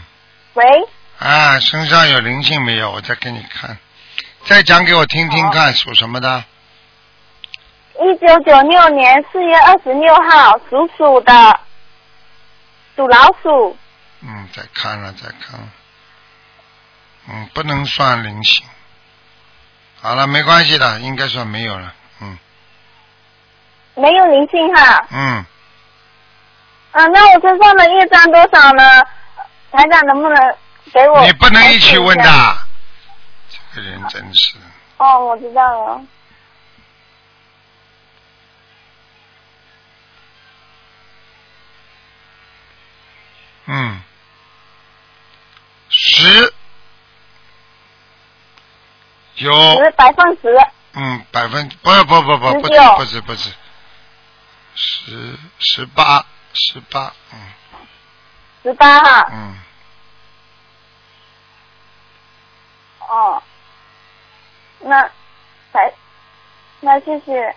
Speaker 1: 啊，身上有灵性没有？我再给你看，再讲给我听听看，属什么的？
Speaker 7: 一九九六年四月二十六号，属鼠的，属老鼠。
Speaker 1: 嗯，再看了，再看了。嗯，不能算灵性。好了，没关系的，应该算没有了。嗯
Speaker 7: 没有灵性哈。
Speaker 1: 嗯，
Speaker 7: 啊，那我身上的业障多少呢？台长能不能给我？
Speaker 1: 你不能一起问的。这个人真是的，
Speaker 7: 哦，我知道了。
Speaker 1: 嗯，十有
Speaker 7: 十百分十，
Speaker 1: 嗯，百分不不不不不
Speaker 7: 十九
Speaker 1: 不是不是，十十八十八，嗯
Speaker 7: 十八哈。
Speaker 1: 嗯，
Speaker 7: 哦，那台，那谢谢。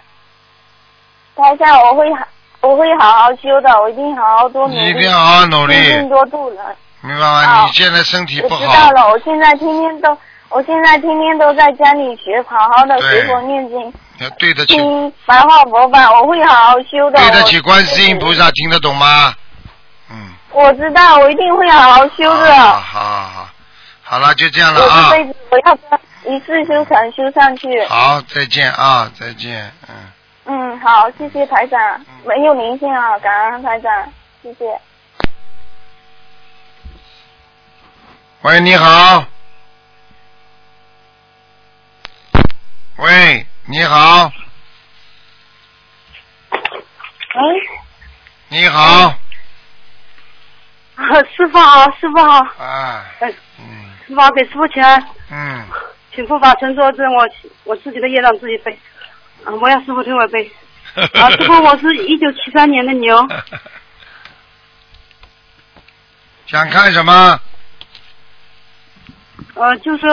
Speaker 7: 台下我会好，我会好好修的，我一定好好多努
Speaker 1: 你
Speaker 7: 力，
Speaker 1: 一定好好努力，
Speaker 7: 精进多度人。
Speaker 1: 明白吗？
Speaker 7: 好
Speaker 1: 你现在身体
Speaker 7: 我
Speaker 1: 不
Speaker 7: 知道
Speaker 1: 好，
Speaker 7: 了，我现在天天都，我现在天天都在家里学，好好的
Speaker 1: 对
Speaker 7: 学佛念经，
Speaker 1: 你要对得起
Speaker 7: 听白话佛法，我会好好修的。
Speaker 1: 对得
Speaker 7: 我
Speaker 1: 起观世音菩萨，听得懂吗？嗯，
Speaker 7: 我知道，我一定会好好修的。
Speaker 1: 好啊好好好，好了，就这样
Speaker 7: 我
Speaker 1: 了啊
Speaker 7: 这。辈子我要一世修成，修上去。
Speaker 1: 好，再见啊，再见，嗯。
Speaker 7: 嗯，好，谢谢台长，没有灵性啊，感恩台长，谢谢。
Speaker 1: 喂，你好。喂，你好。喂。你好，
Speaker 8: 啊，师傅好，师傅好，
Speaker 1: 啊
Speaker 8: 哎，
Speaker 1: 嗯
Speaker 8: 师傅好，给师傅钱，
Speaker 1: 嗯，
Speaker 8: 请护法神作证，我我自己的业让自己背，啊，我要师傅推我背。啊，师傅，我是一九七三年的牛，
Speaker 1: 想看什么？
Speaker 8: 呃，就是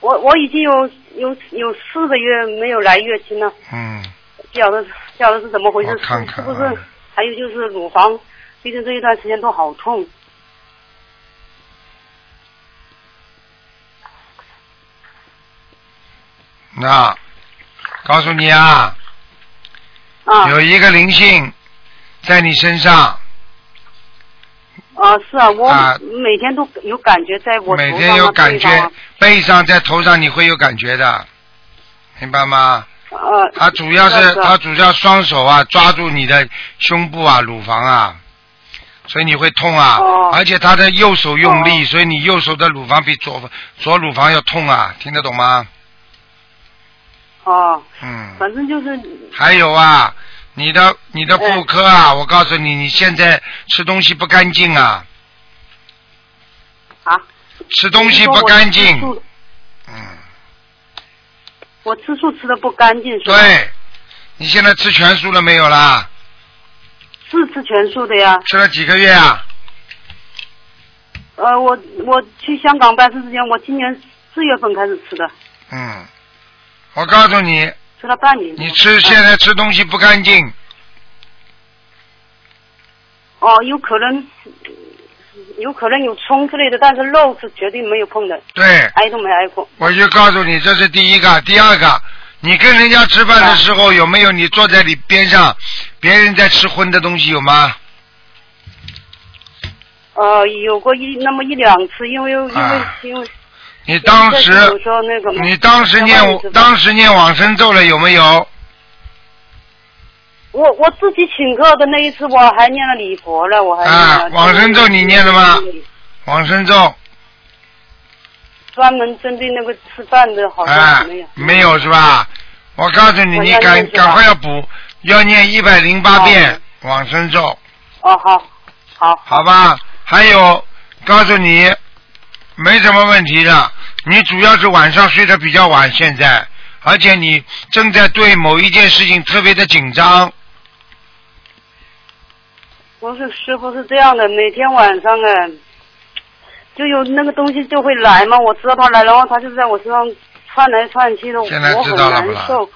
Speaker 8: 我我已经有有有四个月没有来月经了，
Speaker 1: 嗯，
Speaker 8: 不晓得不晓得是怎么回事，
Speaker 1: 我看看
Speaker 8: 是不
Speaker 1: 啊
Speaker 8: 是？还有就是乳房，最近这一段时间都好痛，
Speaker 1: 那告诉你啊，
Speaker 8: 啊
Speaker 1: 有一个灵性在你身上，
Speaker 8: 啊，是啊，我
Speaker 1: 啊
Speaker 8: 每天都有感觉，在我头
Speaker 1: 每
Speaker 8: 上
Speaker 1: 天有
Speaker 8: 啊
Speaker 1: 感
Speaker 8: 背上
Speaker 1: 觉
Speaker 8: 啊，，
Speaker 1: 背上在头上你会有感觉的，明白吗？
Speaker 8: 呃，
Speaker 1: 他主要是
Speaker 8: 是的
Speaker 1: 他主要双手啊抓住你的胸部啊、乳房啊，所以你会痛啊。
Speaker 8: 哦
Speaker 1: 而且他的右手用力，所以你右手的乳房比左左乳房要痛啊，听得懂吗？
Speaker 8: 哦，
Speaker 1: 嗯。
Speaker 8: 反正就是
Speaker 1: 还有啊，你的你的妇科啊，我告诉你，你现在吃东西不干净啊，
Speaker 8: 啊，
Speaker 1: 吃东西
Speaker 8: 说
Speaker 1: 不
Speaker 8: 我
Speaker 1: 干
Speaker 8: 吃
Speaker 1: 净。
Speaker 8: 素
Speaker 1: 嗯，
Speaker 8: 我吃素吃的不干净是吧？，
Speaker 1: 对。你现在吃全素了没有啦？
Speaker 8: 是吃全素的呀。
Speaker 1: 吃了几个月啊？
Speaker 8: 呃，我我去香港办事之前，我今年四月份开始吃的，
Speaker 1: 嗯，我告诉你，
Speaker 8: 吃了半年多。
Speaker 1: 你吃现在吃东西不干净。
Speaker 8: 嗯哦，有可能有可能有葱之类的，但是肉是绝对没有碰的，
Speaker 1: 对，
Speaker 8: 挨都没挨过。
Speaker 1: 我就告诉你，这是第一个，第二个，你跟人家吃
Speaker 8: 啊
Speaker 1: 饭的时候有没有你坐在你边上，别人在吃荤的东西有吗？
Speaker 8: 呃，有过一那么一两次，因为因为、
Speaker 1: 啊
Speaker 8: 因为
Speaker 1: 你当时
Speaker 8: 因为有时候那个嘛
Speaker 1: 你当时念
Speaker 8: 要不然你知道
Speaker 1: 当时念往生咒了有没有？
Speaker 8: 我我自己请客的那一次，我还念了礼佛了，我还念
Speaker 1: 啊
Speaker 8: 了
Speaker 1: 往生咒你念了吗往生咒，
Speaker 8: 专门针对那个吃饭的，好
Speaker 1: 哎
Speaker 8: 像没有。，
Speaker 1: 没有是吧？我告诉你，
Speaker 8: 我
Speaker 1: 你
Speaker 8: 要
Speaker 1: 赶
Speaker 8: 念是吧
Speaker 1: 赶快要补，要念一百零八
Speaker 8: 哦
Speaker 1: 遍往生咒。
Speaker 8: 哦，好，好，
Speaker 1: 好吧？还有，告诉你，没什么问题的。你主要是晚上睡得比较晚，现在，而且你正在对某一件事情特别的紧张。
Speaker 8: 不是师傅是这样的，每天晚上啊，就有那个东西就会来嘛，我知道它来，然后它就在我身上窜来窜去的，我
Speaker 1: 现在知道
Speaker 8: 很
Speaker 1: 了不啦
Speaker 8: 难受，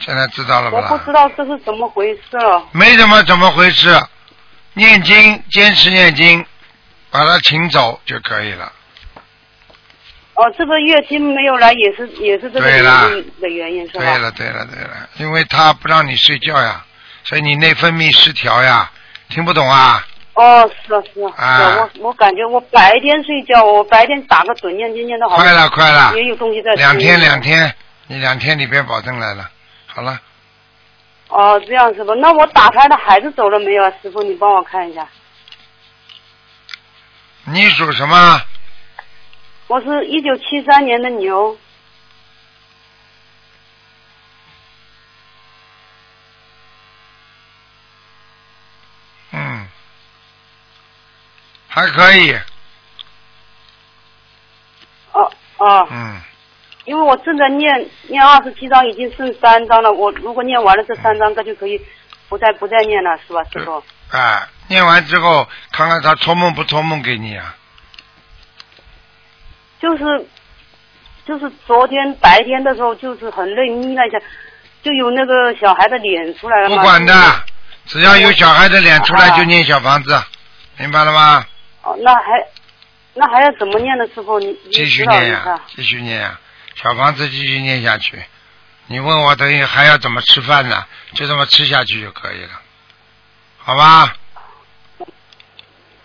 Speaker 1: 现在知道了
Speaker 8: 我
Speaker 1: 吧？
Speaker 8: 不知道这是怎么回事了。
Speaker 1: 没什么，怎么回事？念经，坚持念经，把它请走就可以了。
Speaker 8: 哦，这个月经没有来也是也是这个
Speaker 1: 对啦
Speaker 8: 原因的原因是吧？
Speaker 1: 对了对了对了，因为他不让你睡觉呀，所以你内分泌失调呀，听不懂啊？
Speaker 8: 哦，是啊是啊，
Speaker 1: 啊
Speaker 8: 是啊我我感觉我白天睡觉，我白天打个盹念经念的好，
Speaker 1: 快了快了，
Speaker 8: 哦也有东西在吃
Speaker 1: 两天两。天，你两天里边保证来了。好了，
Speaker 8: 哦，这样是吧？那我打胎的孩子走了没有啊？师傅，你帮我看一下。
Speaker 1: 你属什么？
Speaker 8: 我是一九七三年的牛，
Speaker 1: 嗯，还可以，
Speaker 8: 哦哦，
Speaker 1: 嗯，
Speaker 8: 因为我正在念念二十七章，已经剩三章了。我如果念完了这三章，那就可以不再不再念了，是吧，师傅？
Speaker 1: 啊，念完之后看看他托梦不托梦给你啊？
Speaker 8: 就是就是昨天白天的时候，就是很累，眯了一下，就有那个小孩的脸出来了
Speaker 1: 不
Speaker 8: 嘛。
Speaker 1: 管的，只要有小孩的脸出来
Speaker 8: 啊
Speaker 1: 就念小房子，明白了吗？
Speaker 8: 哦，那还那还要怎么念呢，师傅？你你
Speaker 1: 继续
Speaker 8: 指导
Speaker 1: 念
Speaker 8: 一
Speaker 1: 呀、
Speaker 8: 下。
Speaker 1: 继续念呀、小房子继续念下去。你问我等于还要怎么吃饭呢？就这么吃下去就可以了，好吧？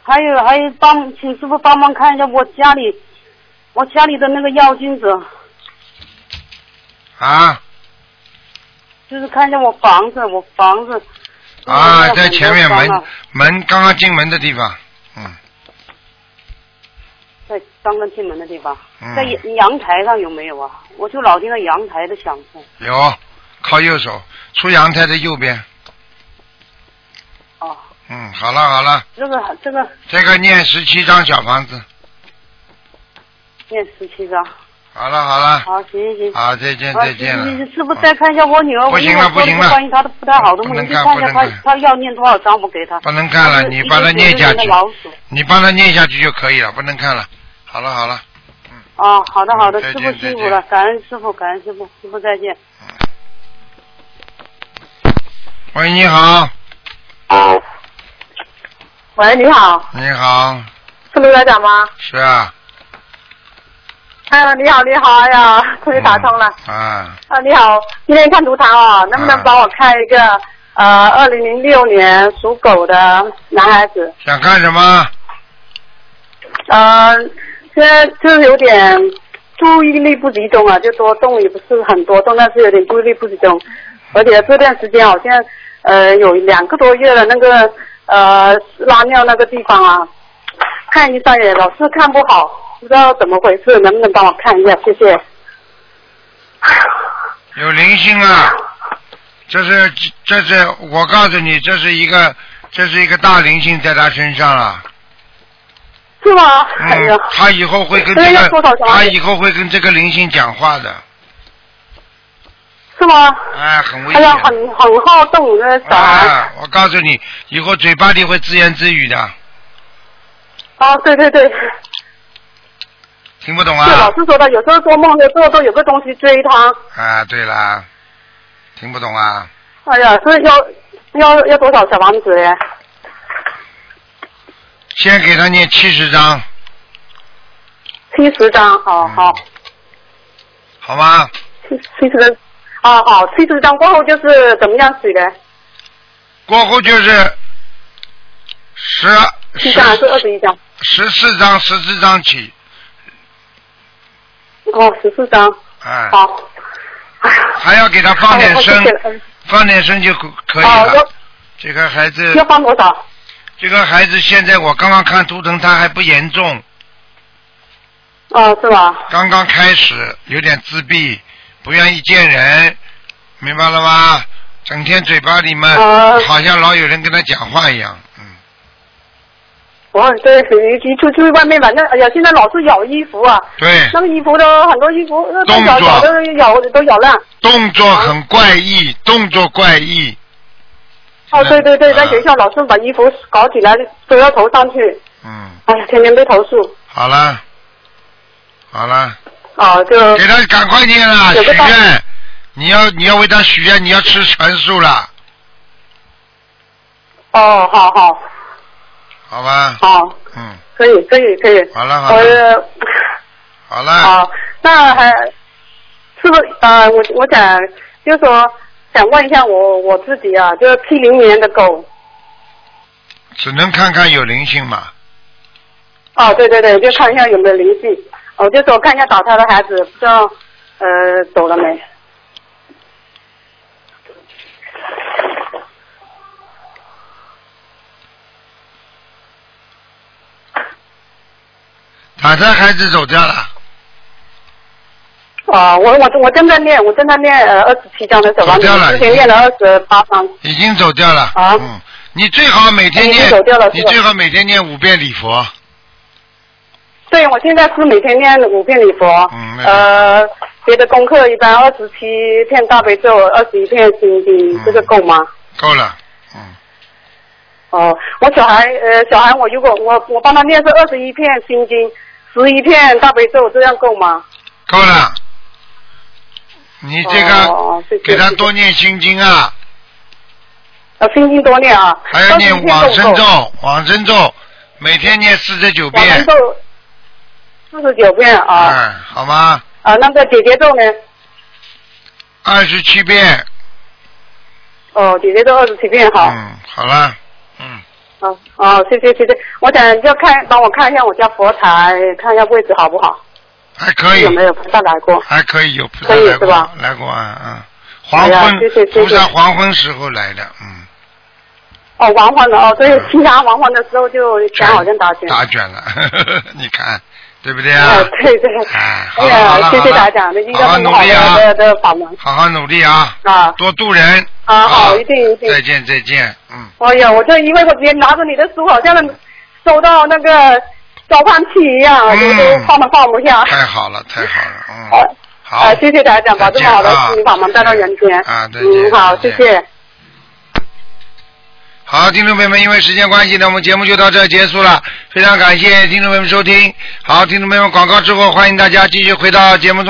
Speaker 8: 还有还有帮，请师傅帮忙看一下我家里我家里的那个药精者，
Speaker 1: 啊
Speaker 8: 就是看一下我房子，我房子。
Speaker 1: 啊，
Speaker 8: 就是
Speaker 1: 在前面
Speaker 8: 嗯很
Speaker 1: 门
Speaker 8: 多方啊
Speaker 1: 门刚刚进门的地方，嗯，
Speaker 8: 在刚刚进门的地方，
Speaker 1: 嗯
Speaker 8: 在阳阳台上有没有啊？我就老听到阳台的响声。
Speaker 1: 有靠右手，出阳台的右边。
Speaker 8: 哦，
Speaker 1: 嗯，好了好了，
Speaker 8: 这个这个
Speaker 1: 这个念十七张小房子，
Speaker 8: 念十七章。
Speaker 1: 好了好了，
Speaker 8: 好，行行行。
Speaker 1: 好再见
Speaker 8: 啊
Speaker 1: 再见
Speaker 8: 行行
Speaker 1: 了嗯
Speaker 8: 行，师傅再看一下我女儿，
Speaker 1: 不
Speaker 8: 我因
Speaker 1: 行
Speaker 8: 为
Speaker 1: 了
Speaker 8: 我说
Speaker 1: 不行
Speaker 8: 了
Speaker 1: 了
Speaker 8: 个关于她的不太好的
Speaker 1: 不
Speaker 8: 梦，
Speaker 1: 能
Speaker 8: 你就
Speaker 1: 看
Speaker 8: 看
Speaker 1: 不
Speaker 8: 一下
Speaker 1: 能
Speaker 8: 她
Speaker 1: 看
Speaker 8: 她要念多少章，我给她。
Speaker 1: 不能看了，
Speaker 8: 就是
Speaker 1: 你把它念下
Speaker 8: 1996年的
Speaker 1: 去，
Speaker 8: 老鼠
Speaker 1: 你帮他念下去就可以了，不能看了。好了好了，
Speaker 8: 啊，好的好的，
Speaker 1: 嗯再
Speaker 8: 师
Speaker 1: 见
Speaker 8: 傅辛
Speaker 1: 再
Speaker 8: 苦
Speaker 1: 见
Speaker 8: 了，感恩师傅，感恩师傅，师傅再见。
Speaker 1: 喂，你好，
Speaker 9: 喂，你好，
Speaker 1: 你好，
Speaker 9: 是卢台长吗？
Speaker 1: 是啊，
Speaker 9: 哎呀，你好，你好，哎呀，终于打通了。
Speaker 1: 嗯啊，
Speaker 9: 啊，你好，今天看图腾哦，能不能
Speaker 1: 嗯
Speaker 9: 帮我看一个、呃，二零零六年属狗的男孩子？
Speaker 1: 想看什么？
Speaker 9: 呃，现在就是有点注意力不集中啊，就多动也不是很多动，但是有点注意力不集中，而且这段时间好像呃有两个多月了，那个呃拉尿那个地方啊，看医生也老是看不好，不知道怎么回事，能不能帮我看一下？谢谢。
Speaker 1: 有灵性啊！这是这是我告诉你，这是一个这是一个大灵性在他身上了。
Speaker 9: 是吗？哎呀
Speaker 1: 嗯，，他以后会跟
Speaker 9: 那
Speaker 1: 这
Speaker 9: 要多少
Speaker 1: 个
Speaker 9: 张
Speaker 1: 他以后会跟这个灵性讲话的，
Speaker 9: 是吗？
Speaker 1: 哎，很危
Speaker 9: 哎
Speaker 1: 险。
Speaker 9: 呀，很很好动呃那个小孩。
Speaker 1: 啊，我告诉你，以后嘴巴里会自言自语的，
Speaker 9: 啊，对对对，
Speaker 1: 听不懂
Speaker 9: 对，
Speaker 1: 啊
Speaker 9: 老？师说的，有时候做梦的时候都有个东西追他。
Speaker 1: 啊，对啦，听不懂啊？
Speaker 9: 哎呀，这要要要多少小房子耶？
Speaker 1: 先给他念七十章，
Speaker 9: 七十张，哦
Speaker 1: 嗯
Speaker 9: 好，
Speaker 1: 好吗？
Speaker 9: 七七十张，哦好，七十张过后就是怎么样写的？
Speaker 1: 过后就是十
Speaker 9: 七
Speaker 1: 十
Speaker 9: 张还是二十一张？
Speaker 1: 十四章，十四章起，
Speaker 9: 哦，十四张，
Speaker 1: 哎、
Speaker 9: 好。哎呀
Speaker 1: 还要给他放点
Speaker 9: 哎呀
Speaker 1: 声
Speaker 9: 我谢谢，了
Speaker 1: 放点声就可可以
Speaker 9: 哦，
Speaker 1: 了。
Speaker 9: 要
Speaker 1: 这个孩子，
Speaker 9: 要放多少？
Speaker 1: 这个孩子现在我刚刚看图腾，他还不严重，
Speaker 9: 哦，是吧？
Speaker 1: 刚刚开始有点自闭，不愿意见人，明白了吧？整天嘴巴里面、
Speaker 9: 哦
Speaker 1: 好像老有人跟他讲话一样，嗯，
Speaker 9: 哦，对，一出去外面，反正哎呀，现在老是咬衣服啊，
Speaker 1: 对，
Speaker 9: 那个衣服都很多衣服，那都咬
Speaker 1: 动啊作
Speaker 9: 咬都咬都咬烂。
Speaker 1: 动作很怪异，动作怪异。
Speaker 9: 哦，对对对，
Speaker 1: 嗯
Speaker 9: 在学校老师把衣服搞起来丢到头上去，
Speaker 1: 嗯，
Speaker 9: 哎呀，天天被投诉。
Speaker 1: 好了，好了。
Speaker 9: 哦，就
Speaker 1: 给他赶快念了，
Speaker 9: 有
Speaker 1: 许
Speaker 9: 个大
Speaker 1: 愿，你要你要为他许愿，你要吃全素了，
Speaker 9: 哦，好好
Speaker 1: 好吧？
Speaker 9: 好，
Speaker 1: 嗯，
Speaker 9: 可以可以可以。
Speaker 1: 好了好了
Speaker 9: 我
Speaker 1: 好了，
Speaker 9: 哦，那还是不是呃，我我想就是说想问一下我我自己啊，就是七零年的狗。
Speaker 1: 只能看看有灵性嘛。
Speaker 9: 哦，对对对，就看一下有没有灵性。我就说看一下打他的孩子，不知道呃走了没？
Speaker 1: 打胎孩子走掉了，
Speaker 9: 哦，我我我正在念，我正在念呃二十七章的走吧，
Speaker 1: 走
Speaker 9: 你
Speaker 1: 掉了
Speaker 9: 之前念了二十八章。
Speaker 1: 已经走掉了。
Speaker 9: 啊
Speaker 1: 嗯，你最好每天
Speaker 9: 已经
Speaker 1: 念
Speaker 9: 走掉了，
Speaker 1: 你
Speaker 9: 是吧
Speaker 1: 最好每天念五遍礼佛。
Speaker 9: 对，我现在是每天念五遍礼佛，
Speaker 1: 嗯那
Speaker 9: 呃，别的功课一般二十七片大悲咒，二十一片心经，
Speaker 1: 嗯
Speaker 9: 这个够吗？
Speaker 1: 够了，
Speaker 9: 哦，我小孩呃，小孩我如果我我帮他念是二十一片心经，十一片大悲咒，这样够吗？
Speaker 1: 够了。你这
Speaker 9: 哦
Speaker 1: 个
Speaker 9: 谢谢
Speaker 1: 给他
Speaker 9: 谢谢
Speaker 1: 多念心经啊，
Speaker 9: 呃，心经多念啊，
Speaker 1: 还要念
Speaker 9: 21片
Speaker 1: 往生
Speaker 9: 够不够，
Speaker 1: 咒，往生咒每天念四十九
Speaker 9: 往
Speaker 1: 遍，
Speaker 9: 生咒四十九遍啊，
Speaker 1: 嗯，好吗？
Speaker 9: 啊，那个姐姐咒呢？
Speaker 1: 二十七遍，
Speaker 9: 哦，姐姐咒二十七遍好。
Speaker 1: 嗯，好了，嗯，
Speaker 9: 哦哦，谢谢谢谢，我想要看帮我看一下我家佛台，看一下位置好不好？
Speaker 1: 还哎可以
Speaker 9: 有，没有菩萨来过？
Speaker 1: 还可以有菩萨
Speaker 9: 可以
Speaker 1: 来
Speaker 9: 是吧
Speaker 1: 过，来过啊，嗯，黄
Speaker 9: 哎呀
Speaker 1: 昏
Speaker 9: 谢谢谢谢
Speaker 1: 菩萨黄昏时候来的，嗯，
Speaker 9: 哦，王欢了哦，所以平常王欢的时候就钱好像打钱。
Speaker 1: 打卷了， 你看对不对啊
Speaker 9: 哎，？对对。
Speaker 1: 哎， 好
Speaker 9: 哎
Speaker 1: 了好了
Speaker 9: 呀，谢谢
Speaker 1: 好了
Speaker 9: 大家，那应该
Speaker 1: 好好
Speaker 9: 很
Speaker 1: 努
Speaker 9: 好
Speaker 1: 力啊，
Speaker 9: 的的法门
Speaker 1: 好好努力啊，
Speaker 9: 啊
Speaker 1: 多度人，好
Speaker 9: 啊，好，一定一定。
Speaker 1: 再见再见，嗯，
Speaker 9: 哎呀，我这因为我今天拿着你的书，好像收到那个召唤器一样，我
Speaker 1: 嗯
Speaker 9: 都放都放不下。
Speaker 1: 太好了太好了，
Speaker 9: 啊
Speaker 1: 嗯，好
Speaker 9: 啊，，谢谢大家，把这么好的
Speaker 1: 再见啊
Speaker 9: 心灵法门带到人间。
Speaker 1: 啊再见
Speaker 9: 嗯，好，
Speaker 1: 再
Speaker 9: 谢
Speaker 1: 见
Speaker 9: 谢。
Speaker 1: 好，听众朋友们，因为时间关系呢，我们节目就到这儿结束了。非常感谢听众朋友们收听。好，听众朋友们，广告之后，欢迎大家继续回到节目中。